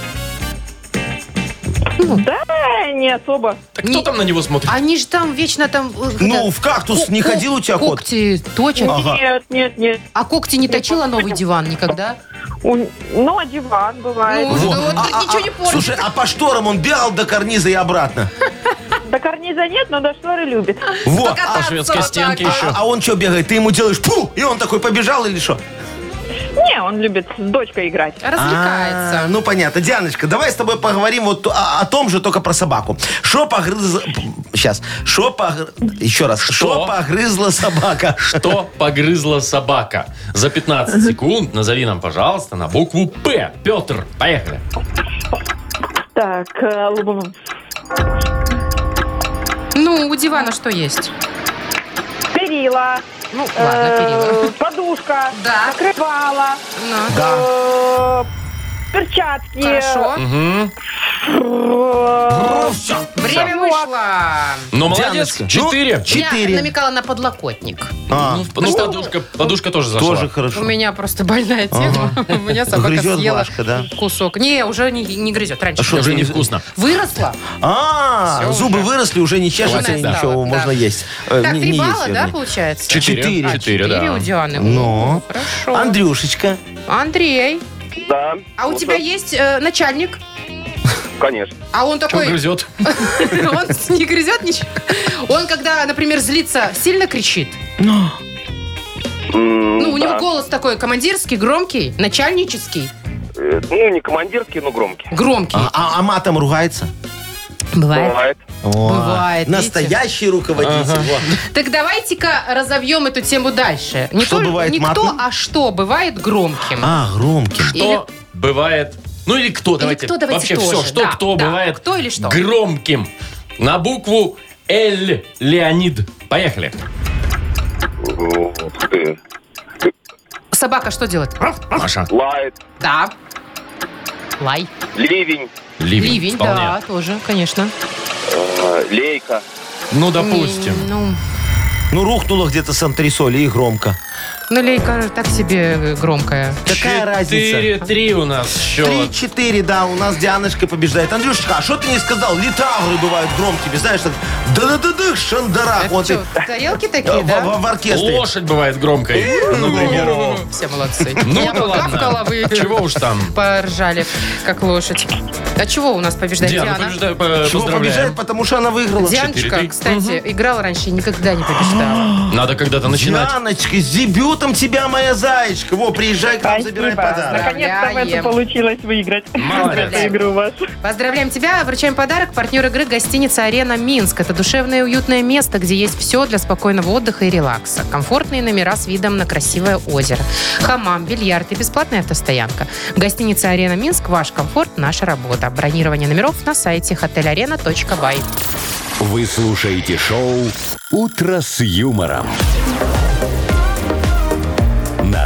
Speaker 10: Да, не особо.
Speaker 1: Так кто
Speaker 2: Не-
Speaker 1: там на него
Speaker 3: А,
Speaker 1: смотрит?
Speaker 2: Они же там вечно там... э,
Speaker 3: Ну,
Speaker 2: это,
Speaker 3: в кактус не
Speaker 2: ко- ко-
Speaker 3: ходил у тебя кот? А.
Speaker 2: Когти точат.
Speaker 3: Ага.
Speaker 10: Нет, нет, нет.
Speaker 2: А когти не точила новый диван никогда?
Speaker 10: У- Ну, а диван бывает.
Speaker 2: Ну,
Speaker 3: Во.
Speaker 2: да он
Speaker 3: А,
Speaker 2: тут
Speaker 3: а,
Speaker 2: ничего
Speaker 3: а,
Speaker 2: не портит.
Speaker 3: Слушай, а по шторам он бегал до карниза и обратно.
Speaker 10: До карниза нет, но до шторы любит.
Speaker 3: Вот.
Speaker 1: А шведской
Speaker 2: вот так.
Speaker 1: стенки еще.
Speaker 3: А, а он что бегает? Ты ему делаешь пу, и он такой побежал или что?
Speaker 10: Не, он любит с дочкой играть.
Speaker 3: А,
Speaker 2: Развлекается.
Speaker 3: ну понятно. Дианочка, давай с тобой поговорим вот о, о том же, только про собаку. Шо погрызла... Сейчас. Шо погр- Еще раз. Шо погрызла собака?
Speaker 1: Что погрызла собака? За 15 секунд назови нам, пожалуйста, на букву П. Петр, поехали.
Speaker 10: Так, э, л-
Speaker 2: Ну, у дивана что есть?
Speaker 10: перила.
Speaker 2: Ну, ладно, перила.
Speaker 10: э, Подушка.
Speaker 2: Да.
Speaker 10: Накрывало.
Speaker 2: Ну,
Speaker 3: Да.
Speaker 10: э, Перчатки.
Speaker 2: хорошо.
Speaker 10: Э,
Speaker 3: Всё.
Speaker 2: Время вышло.
Speaker 1: Ну, молодец,
Speaker 3: Дианочка, ну,
Speaker 1: 4.
Speaker 2: Я
Speaker 3: Четыре.
Speaker 2: намекала на подлокотник.
Speaker 3: А,
Speaker 1: Ну, подушка, подушка тоже зашла.
Speaker 3: тоже
Speaker 2: У
Speaker 3: хорошо.
Speaker 2: меня просто больная тема. У меня собака
Speaker 3: Грызет
Speaker 2: съела
Speaker 3: Глашка, да?
Speaker 2: кусок. Не, уже не, не грызет. Раньше.
Speaker 3: А что
Speaker 1: Уже
Speaker 3: же не-
Speaker 1: невкусно.
Speaker 2: Выросла.
Speaker 3: А,
Speaker 2: Всё
Speaker 3: зубы
Speaker 2: уже.
Speaker 3: выросли, уже не чешется,
Speaker 2: Жирная стала,
Speaker 3: ничего,
Speaker 2: да.
Speaker 3: можно есть. Э,
Speaker 2: Так,
Speaker 3: не-
Speaker 2: три
Speaker 3: не
Speaker 2: балла,
Speaker 3: есть,
Speaker 2: да,
Speaker 3: вернее.
Speaker 2: получается? А,
Speaker 1: Четыре.
Speaker 3: Четыре.
Speaker 1: Четыре,
Speaker 2: Четыре
Speaker 1: да.
Speaker 2: у Дианы.
Speaker 3: Ну.
Speaker 2: О, Хорошо.
Speaker 3: Андрюшечка,
Speaker 2: Андрей,
Speaker 5: Да.
Speaker 2: а у тебя есть э, начальник?
Speaker 5: Конечно.
Speaker 2: А он
Speaker 1: Чё
Speaker 2: такой,
Speaker 1: грызет?
Speaker 2: он не грызет ничего. Он, когда, например, злится, сильно кричит. Ну, у него голос такой командирский, громкий, начальнический,
Speaker 5: Ну, не командирский, но громкий.
Speaker 2: громкий.
Speaker 3: а, а- а матом ругается?
Speaker 2: Бывает.
Speaker 5: Бывает.
Speaker 3: О,
Speaker 2: Бывает,
Speaker 3: Настоящий руководитель. Во.
Speaker 2: Так давайте-ка разовьем эту тему дальше. Не
Speaker 3: Что бывает
Speaker 2: не
Speaker 3: матным?
Speaker 2: кто, а что бывает громким.
Speaker 3: А, громкий.
Speaker 1: Кто бывает... Ну или кто, давайте.
Speaker 2: кто, давайте
Speaker 1: Вообще
Speaker 2: тоже,
Speaker 1: все, что
Speaker 2: да,
Speaker 1: кто
Speaker 2: да.
Speaker 1: бывает
Speaker 2: Кто или что?
Speaker 1: громким. На букву Эль Леонид. Поехали.
Speaker 11: Ух ты.
Speaker 2: Собака что делает?
Speaker 1: Маша.
Speaker 11: Лает.
Speaker 2: Да. Лай.
Speaker 11: Ливень.
Speaker 1: Ливень.
Speaker 2: Ливень,
Speaker 1: вполне.
Speaker 2: да, тоже, конечно.
Speaker 11: э, Лейка.
Speaker 1: Ну, допустим.
Speaker 2: Не, ну,
Speaker 3: Ну, рухнуло где-то с антресоли и громко.
Speaker 2: ну, лейка так себе э, громкая.
Speaker 3: Какая разница?
Speaker 1: 4-3 у нас счет.
Speaker 3: 3-4, да, у нас Дианочка побеждает. Андрюшечка, а что ты не сказал? Литавры бывают громкими, знаешь, так да-да-да-да, шандарах. Вот
Speaker 2: Что,
Speaker 3: и-
Speaker 2: тарелки
Speaker 3: э,
Speaker 2: такие,
Speaker 3: в,
Speaker 2: да?
Speaker 3: в- в оркестре.
Speaker 1: Лошадь бывает громкой, например.
Speaker 2: Все молодцы.
Speaker 1: Ну
Speaker 2: Я
Speaker 1: да
Speaker 2: покапкала,
Speaker 1: ладно.
Speaker 2: вы
Speaker 1: Чего уж там.
Speaker 2: поржали, как лошадь. А чего у нас побеждает
Speaker 1: Диана,
Speaker 2: Диана?
Speaker 1: побеждаю, по-
Speaker 3: Чего
Speaker 1: поздравляем.
Speaker 3: побеждает, потому что она выиграла.
Speaker 2: Дианочка,
Speaker 1: 4-3.
Speaker 2: кстати, играла раньше и никогда не побеждала.
Speaker 1: Надо когда-то начинать.
Speaker 3: Дианочка, с дебютом тебя, моя заячка. Во, приезжай к нам, забирай подарок.
Speaker 10: Наконец-то в это
Speaker 2: Поздравляем.
Speaker 10: получилось выиграть.
Speaker 1: Молодец.
Speaker 10: Эту игру вашу.
Speaker 2: Поздравляем тебя, вручаем подарок. Партнер игры гостиница «Арена Минск». Это душевное и уютное место, где есть все для спокойного отдыха и релакса. Комфортные номера с видом на красивое озеро. Хамам, бильярд и бесплатная автостоянка. Гостиница «Арена Минск» – ваш комфорт, наша работа. Бронирование номеров на сайте hotelarena.by.
Speaker 4: Вы слушаете шоу «Утро с юмором». На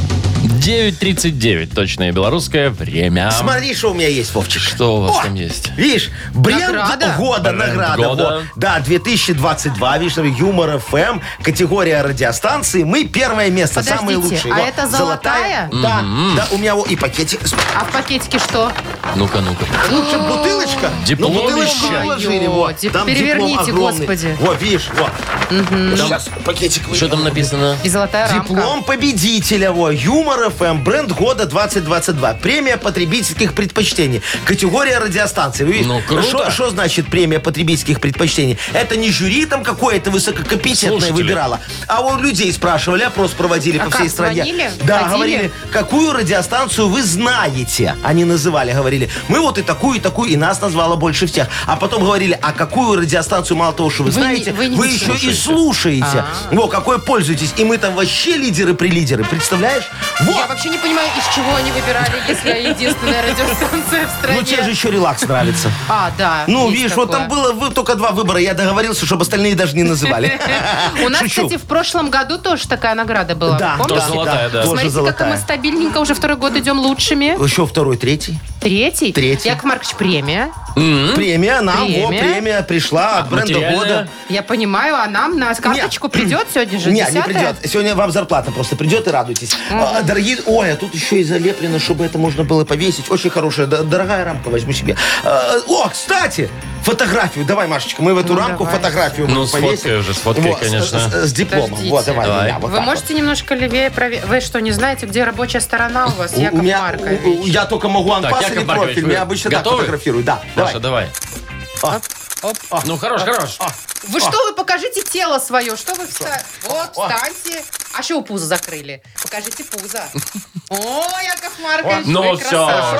Speaker 1: 9.39, точное белорусское время.
Speaker 3: Смотри, что у меня есть, Вовчик.
Speaker 1: А, Что у вас
Speaker 3: О!
Speaker 1: там есть?
Speaker 3: Видишь, бренд
Speaker 2: Награда?
Speaker 3: года,
Speaker 1: Бренд
Speaker 3: награда.
Speaker 1: года.
Speaker 3: вот. Да, 2022, видишь, там Юмор ФМ, категория радиостанции. Мы первое место,
Speaker 2: Подождите,
Speaker 3: самые лучшие.
Speaker 2: а
Speaker 3: Во,
Speaker 2: это золотая?
Speaker 3: Да, да, у меня во, и пакетик.
Speaker 2: А в пакетике что?
Speaker 1: Ну-ка, ну-ка.
Speaker 3: Лучше бутылочка.
Speaker 1: Дипломище.
Speaker 3: Ну, бутылочку
Speaker 1: Ё-моё,
Speaker 3: положили, во.
Speaker 2: тип-
Speaker 3: Там диплом
Speaker 2: переверните,
Speaker 3: огромный.
Speaker 2: господи.
Speaker 3: Во, видишь, вот. Сейчас пакетик
Speaker 1: Что там написано?
Speaker 2: И золотая рамка.
Speaker 3: Диплом победителя, во, Юмор ФМ, бренд года 2022, премия потребительских предпочтений, категория радиостанции. Вы видите,
Speaker 1: Ну, круто.
Speaker 3: Что, что значит премия потребительских предпочтений? Это не жюри там какое-то высококомпетентное
Speaker 1: Слушатели.
Speaker 3: выбирало, а у людей спрашивали, опрос проводили
Speaker 2: А
Speaker 3: по
Speaker 2: как,
Speaker 3: всей стране.
Speaker 2: звонили?
Speaker 3: Да,
Speaker 2: Ходили?
Speaker 3: говорили, какую радиостанцию вы знаете? Они называли, говорили, мы вот и такую, и такую, и нас назвало больше всех. А потом говорили, а какую радиостанцию, мало того, что вы,
Speaker 2: Вы не-
Speaker 3: знаете,
Speaker 2: вы не
Speaker 3: вы еще и
Speaker 1: слушаете.
Speaker 3: слушаете.
Speaker 2: А.
Speaker 3: Во, какой пользуетесь. И мы там вообще лидеры-прилидеры, представляешь?
Speaker 2: Я
Speaker 3: Вот!
Speaker 2: вообще не понимаю, из чего они выбирали, если я единственная радиостанция в стране.
Speaker 3: Ну тебе же еще релакс нравится.
Speaker 2: А, да.
Speaker 3: Ну,
Speaker 2: есть
Speaker 3: видишь, вот
Speaker 2: такое.
Speaker 3: там было вы- только два выбора. Я договорился, чтобы остальные даже не называли.
Speaker 2: У нас,
Speaker 3: Шучу.
Speaker 2: кстати, в прошлом году тоже такая награда была.
Speaker 3: Да,
Speaker 2: Помните?
Speaker 1: Тоже золотая, да.
Speaker 3: Тоже
Speaker 2: Смотрите, как мы
Speaker 3: золотая.
Speaker 2: стабильненько уже второй год идем лучшими.
Speaker 3: Еще второй, третий.
Speaker 2: Третий.
Speaker 3: Третий.
Speaker 2: Яков Маркович, премия.
Speaker 3: Премия нам, во,
Speaker 2: Премия.
Speaker 3: премия пришла от бренда
Speaker 1: материальная?
Speaker 3: года.
Speaker 2: Я понимаю, а нам на карточку придет сегодня же
Speaker 3: Не, не
Speaker 2: десятая?
Speaker 3: придет. Сегодня вам зарплата просто придет и радуйтесь. А, Дорогие, ой, а тут еще и залеплено, чтобы это можно было повесить. Очень хорошая, д- дорогая рамка, возьму себе. А, О, кстати, фотографию. Давай, Машечка, мы в эту
Speaker 2: Ну,
Speaker 3: рамку
Speaker 2: давай.
Speaker 3: фотографию
Speaker 1: Ну,
Speaker 3: будем повесить.
Speaker 1: сфоткай уже, сфоткай,
Speaker 3: Во, с-
Speaker 1: конечно.
Speaker 3: С, с дипломом.
Speaker 2: Подождите.
Speaker 3: Вот, давай,
Speaker 1: Давай.
Speaker 3: меня, вот
Speaker 2: Вы
Speaker 3: так
Speaker 2: можете немножко левее проверить? Вы что, не знаете, где рабочая сторона у вас,
Speaker 3: вот. У-
Speaker 2: Яков
Speaker 3: у меня,
Speaker 2: Маркович?
Speaker 3: у- у- я только могу анпас
Speaker 1: Яков
Speaker 3: или
Speaker 1: Маркович,
Speaker 3: профиль.
Speaker 1: вы
Speaker 3: Я обычно так
Speaker 1: готовы?
Speaker 3: фотографирую. Да,
Speaker 1: Маша,
Speaker 3: давай.
Speaker 1: давай. Ну, хорош, хорош.
Speaker 3: А.
Speaker 2: Вы что, вы покажите тело свое, что вы вста... Вот, встаньте. А что у пузо закрыли? Покажите пузо. О, Яков Маркович,
Speaker 1: Ну,
Speaker 2: вы красавчик.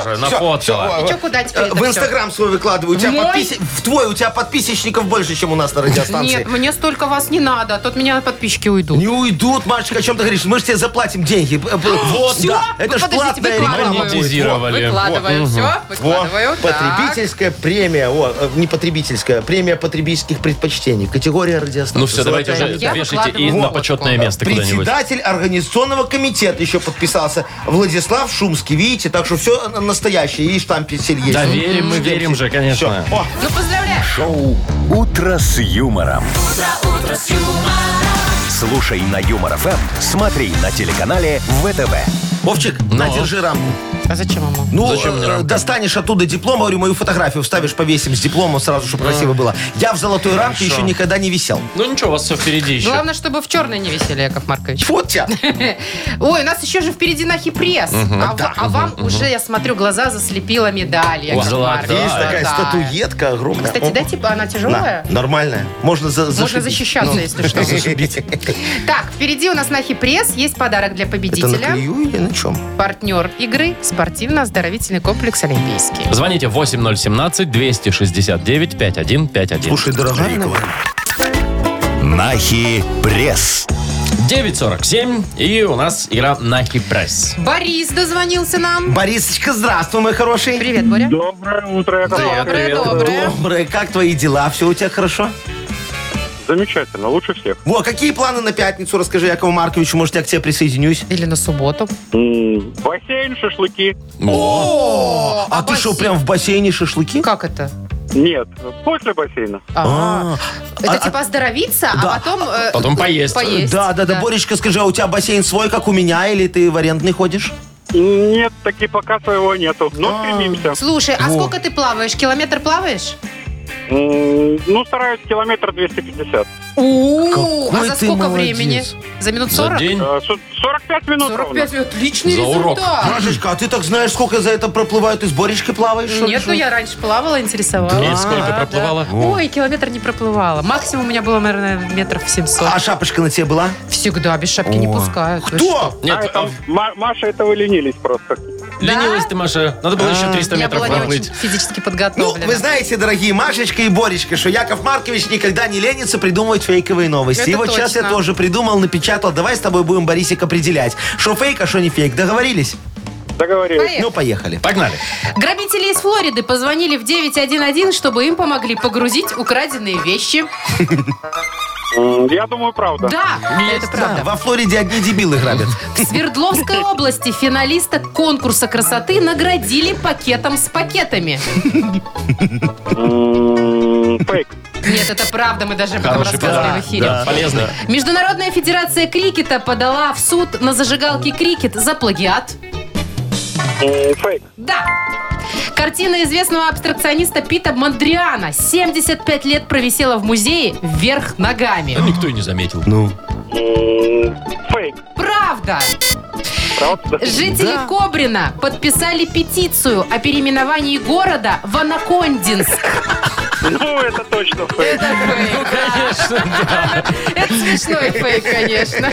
Speaker 1: все уже,
Speaker 3: Всё,
Speaker 1: нафоткала.
Speaker 3: всё,
Speaker 2: И чё, куда теперь
Speaker 3: э,
Speaker 2: это
Speaker 3: В
Speaker 2: всё?
Speaker 3: Инстаграм свой выкладываю. У
Speaker 2: В
Speaker 3: тебя
Speaker 2: мой?
Speaker 3: подписи- В твой, у тебя подписчиков больше, чем у нас на радиостанции.
Speaker 2: Нет, мне столько вас не надо, а то от меня подписчики уйдут.
Speaker 3: Не уйдут, Машечка, о чем ты говоришь? Мы же тебе заплатим деньги. Б- б- Вот,
Speaker 2: Всё?
Speaker 3: да. Это же
Speaker 2: Подождите,
Speaker 3: платная реклама.
Speaker 2: выкладываю.
Speaker 3: будет. Во,
Speaker 1: Монетизировали.
Speaker 2: Выкладываю, все,
Speaker 3: во.
Speaker 2: выкладываю. так.
Speaker 3: Потребительская премия, о, э, не потребительская, премия потребительских предпочтений. Категория радиостанции.
Speaker 1: Ну все, давайте уже
Speaker 2: Я
Speaker 1: вешайте и
Speaker 2: выкладываю
Speaker 1: на
Speaker 2: вот
Speaker 1: почетное
Speaker 2: такое.
Speaker 1: место куда-нибудь.
Speaker 3: Председатель организационного комитета еще подписался. Владислав Шумский, видите? Так что все настоящее. И штамп сель есть.
Speaker 1: Да верим, мы верим же, конечно.
Speaker 3: Всё. О,
Speaker 2: Ну, поздравляю.
Speaker 4: шоу «Утро с юмором». Слушай на Юмор ФМ, смотри на телеканале ВТВ.
Speaker 3: Вовчик,
Speaker 1: Ну.
Speaker 3: на, держи рамку.
Speaker 2: А зачем ему?
Speaker 3: Ну,
Speaker 1: Зачем мне
Speaker 3: э,
Speaker 1: рамка?
Speaker 3: достанешь оттуда диплом, говорю, мою фотографию вставишь, повесим с дипломом сразу, чтобы красиво было. Я в золотой рамке еще никогда не висел.
Speaker 1: Ну ничего, у вас все впереди еще.
Speaker 2: Главное, чтобы в черной не висели, Яков Маркович.
Speaker 3: Вот тебя.
Speaker 2: Ой, у нас еще же впереди нахи пресс. А, ва- а вам уже, я смотрю, глаза заслепила медаль, Яков
Speaker 1: золотая.
Speaker 2: Маркович.
Speaker 3: Есть такая
Speaker 2: Да.
Speaker 3: статуетка огромная.
Speaker 2: Кстати,
Speaker 3: О,
Speaker 2: да, типа, она
Speaker 3: на,
Speaker 2: тяжелая?
Speaker 3: Нормальная. Можно, за, Ну,
Speaker 2: Можно
Speaker 3: зашибить.
Speaker 2: защищаться, если что. Так, впереди у нас на пресс есть подарок для
Speaker 3: Это на
Speaker 2: победителя.
Speaker 3: клею или на чем?
Speaker 2: Партнер игры – спортивно-оздоровительный комплекс «Олимпийский».
Speaker 1: Звоните 8017-269-5151.
Speaker 3: Слушай, дорогая, наверное,
Speaker 4: Нахи пресс.
Speaker 1: 9.47, и у нас игра на прайс.
Speaker 2: Борис дозвонился нам.
Speaker 3: Борисочка, здравствуй, мой хороший.
Speaker 2: Привет, Боря.
Speaker 5: Доброе утро, Яков
Speaker 2: Доброе,
Speaker 5: Маркович.
Speaker 2: доброе.
Speaker 3: Доброе. Как твои дела? Все у тебя хорошо?
Speaker 5: Замечательно, лучше всех.
Speaker 3: Во, какие планы на пятницу? Расскажи Якову Марковичу, может, я к тебе присоединюсь.
Speaker 2: Или на субботу.
Speaker 5: М, Бассейн, шашлыки.
Speaker 3: О, а
Speaker 2: а
Speaker 3: ты что,
Speaker 2: бассейн?
Speaker 3: прям в бассейне шашлыки?
Speaker 2: Как это?
Speaker 5: Нет, после бассейна.
Speaker 2: А, это
Speaker 3: а-
Speaker 2: типа оздоровиться, а потом... э,
Speaker 1: Потом поесть.
Speaker 2: Поесть.
Speaker 3: Да, да, да, Боречка, скажи, а у тебя бассейн свой, как у меня, или ты в арендный ходишь?
Speaker 5: Нет, таки пока своего нету, но стремимся.
Speaker 2: Слушай, а
Speaker 3: Во.
Speaker 2: сколько ты плаваешь? Километр плаваешь?
Speaker 5: М, Ну, стараюсь километр 250.
Speaker 2: У, а
Speaker 3: Какой
Speaker 2: за
Speaker 3: ты
Speaker 2: сколько
Speaker 3: молодец.
Speaker 2: времени? За минут
Speaker 1: За
Speaker 2: 40?
Speaker 1: день.
Speaker 5: Э, сор- 45 минут ровно.
Speaker 2: 45 минут. Личный
Speaker 1: За урок.
Speaker 2: результат.
Speaker 3: Машечка, а ты так знаешь, сколько за это проплывают? Ты с Боречкой плаваешь? что ли,
Speaker 2: Нет,
Speaker 3: что
Speaker 2: ну
Speaker 3: ли?
Speaker 2: я раньше плавала, интересовалась.
Speaker 1: И сколько
Speaker 2: Да,
Speaker 1: проплывала?
Speaker 2: да. Ой, километр не проплывала. Максимум у меня было, наверное, метров 700.
Speaker 3: А шапочка на тебе была?
Speaker 2: Всегда без шапки не
Speaker 3: О.
Speaker 2: пускают. Вы
Speaker 3: Кто?
Speaker 1: Нет, э,
Speaker 5: А, это- Ма- Маша, это вы ленились просто.
Speaker 1: ленилась ты, Маша. Надо было еще 300
Speaker 2: что? А, Я
Speaker 1: метров
Speaker 2: была не
Speaker 1: проплыть.
Speaker 2: очень физически
Speaker 3: Ну,
Speaker 2: подготовлена.
Speaker 3: вы знаете, дорогие Машечка и Боречка, что Яков Маркович никогда не ленится придумывать фейковые новости.
Speaker 2: Это
Speaker 3: и вот сейчас я
Speaker 2: точно.
Speaker 3: тоже придумал, напечатал. Давай с тобой будем, Борисик, определять, что фейк, а что не фейк. Договорились?
Speaker 5: Договорились.
Speaker 3: Ну, поехали.
Speaker 1: Погнали.
Speaker 2: Грабители из Флориды позвонили в 911, чтобы им помогли погрузить украденные вещи.
Speaker 5: М, Я думаю, правда.
Speaker 2: Да, это
Speaker 3: Да,
Speaker 2: правда.
Speaker 3: во Флориде одни дебилы грабят.
Speaker 2: В Свердловской области финалиста конкурса красоты наградили пакетом с пакетами.
Speaker 5: М, Фейк.
Speaker 2: Нет, это правда, мы даже об этом
Speaker 1: Хороший
Speaker 2: рассказывали
Speaker 1: подарок.
Speaker 2: в эфире.
Speaker 1: Да, полезно.
Speaker 2: Международная федерация крикета подала в суд на зажигалки крикет за плагиат.
Speaker 5: М, Фейк.
Speaker 2: Да. Картина известного абстракциониста Пита Мандриана 75 лет провисела в музее вверх ногами.
Speaker 1: Никто и не заметил.
Speaker 3: Ну.
Speaker 5: М, Фейк.
Speaker 2: Правда.
Speaker 5: Правда?
Speaker 2: Жители Кобрина подписали петицию о переименовании города в Анакондинск.
Speaker 5: Ну, это точно фейк.
Speaker 2: Это фейк.
Speaker 1: Конечно, да.
Speaker 2: Это смешной фейк, конечно.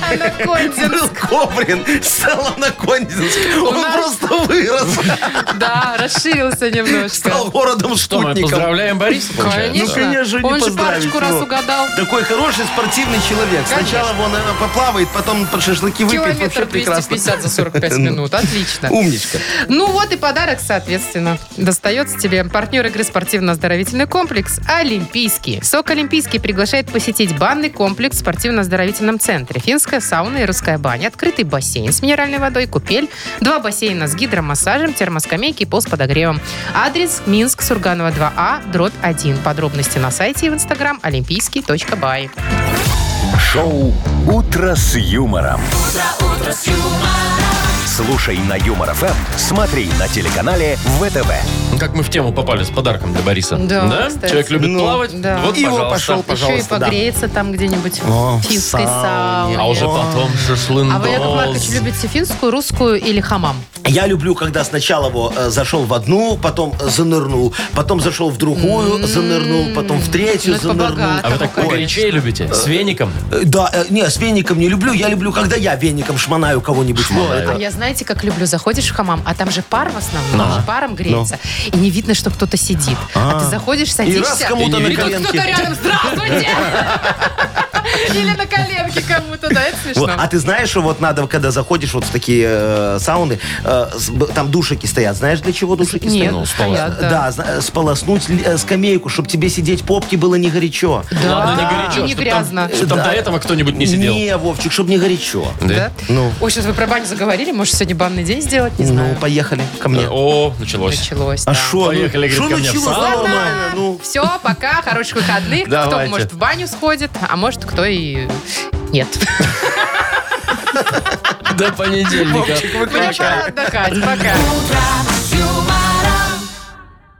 Speaker 3: Был
Speaker 2: Анакондинск.
Speaker 3: Кобрин, стал на Он
Speaker 2: нас-
Speaker 3: просто вырос.
Speaker 2: Да, расширился немножко.
Speaker 3: Стал городом
Speaker 1: Что, мы
Speaker 3: спутником.
Speaker 1: поздравляем Бориса, получается?
Speaker 2: Конечно.
Speaker 3: Ну, конечно, не
Speaker 2: Он же
Speaker 3: поздравить,
Speaker 2: парочку раз
Speaker 3: ну.
Speaker 2: угадал.
Speaker 3: Такой хороший спортивный человек.
Speaker 2: Конечно.
Speaker 3: Сначала он наверное, поплавает, потом под шашлыки выпьет. Вообще
Speaker 2: Километр
Speaker 3: прекрасно.
Speaker 2: 250 за 45 минут. Отлично.
Speaker 3: Умничка.
Speaker 2: Ну вот и подарок, соответственно, достается тебе. Партнер игры спортивно-оздоровительный комплекс «Олимпийский». СОК «Олимпийский» приглашает посетить банный комплекс в спортивно-оздоровительном центре. Финская сауна и русская баня, открытый бассейн с минеральной водой, купель, два бассейна с гидромассажем, термоскамейки и пол с подогревом. Адрес Минск, Сурганова 2А, дробь 1. Подробности на сайте и в инстаграм олимпийский.бай.
Speaker 4: Шоу «Утро с юмором». Слушай на Юмор ФМ, смотри на телеканале ВТВ.
Speaker 1: Ну, Как мы в тему попали с подарком для Бориса.
Speaker 2: Да, кстати.
Speaker 1: Человек любит
Speaker 3: Ну,
Speaker 1: плавать.
Speaker 2: да.
Speaker 1: Вот,
Speaker 3: И его
Speaker 1: пожалуйста.
Speaker 2: Еще
Speaker 3: пошел,
Speaker 2: и
Speaker 3: пожалуйста. да.
Speaker 2: погреется там где-нибудь
Speaker 3: О,
Speaker 2: в
Speaker 3: в
Speaker 2: финской
Speaker 3: сауне.
Speaker 2: сауне.
Speaker 1: А уже потом
Speaker 2: А вы, Яков Маркович,
Speaker 1: шашлындос.
Speaker 2: любите финскую, русскую или хамам?
Speaker 3: Я люблю, когда сначала во, э, зашел в одну, потом э, занырнул, потом зашел в другую, занырнул, потом в
Speaker 2: М-м.
Speaker 3: третью,
Speaker 2: Ну, это
Speaker 3: занырнул.
Speaker 2: побогато.
Speaker 1: А вы так
Speaker 2: Ой.
Speaker 1: горячее любите? С веником?
Speaker 3: Э, Да, э, не, с веником не люблю. Я люблю, когда я веником шманаю кого-нибудь. Во, это-
Speaker 2: А я, знаете, как люблю, заходишь в хамам, а там же пар в основном, он же паром греется, и не видно, что кто-то сидит. А, ты заходишь,
Speaker 3: И
Speaker 2: садишься,
Speaker 3: раз кому-то
Speaker 1: И не
Speaker 3: на
Speaker 1: видно,
Speaker 2: тут кто-то
Speaker 3: коленке.
Speaker 2: рядом, здравствуйте! Или на коленке кому-то, да, это
Speaker 3: Вот,
Speaker 2: смешно.
Speaker 3: а ты знаешь, что вот надо, когда заходишь вот в такие э, сауны, э, с- б- там душики стоят. Знаешь, для чего душики
Speaker 2: Нет,
Speaker 3: стоят?
Speaker 2: стоят, да.
Speaker 3: Да, зна- э, сполоснуть ли- э, скамейку, чтобы тебе сидеть попки было не горячо.
Speaker 2: Да,
Speaker 1: Ладно, не горячо.
Speaker 2: и не
Speaker 1: чтоб там-
Speaker 2: грязно.
Speaker 1: чтоб там
Speaker 3: Да.
Speaker 1: до этого кто-нибудь не сидел.
Speaker 3: Не, Вовчик, чтобы не горячо.
Speaker 2: Да?
Speaker 3: Ну.
Speaker 2: Ой, сейчас вы про баню заговорили, может, сегодня банный день сделать, не
Speaker 3: Ну,
Speaker 2: знаю.
Speaker 3: поехали ко мне.
Speaker 1: О, началось.
Speaker 2: Началось.
Speaker 3: А
Speaker 2: да.
Speaker 3: что?
Speaker 1: Поехали, говорит, ко мне в
Speaker 3: началось?
Speaker 1: сауну.
Speaker 3: Нормально, ну.
Speaker 2: Все, пока, хороших выходных. Кто,
Speaker 1: Давайте.
Speaker 2: может, в баню сходит, а может, кто и нет.
Speaker 1: До понедельника.
Speaker 2: Мне пора отдыхать, пока.
Speaker 8: юмор.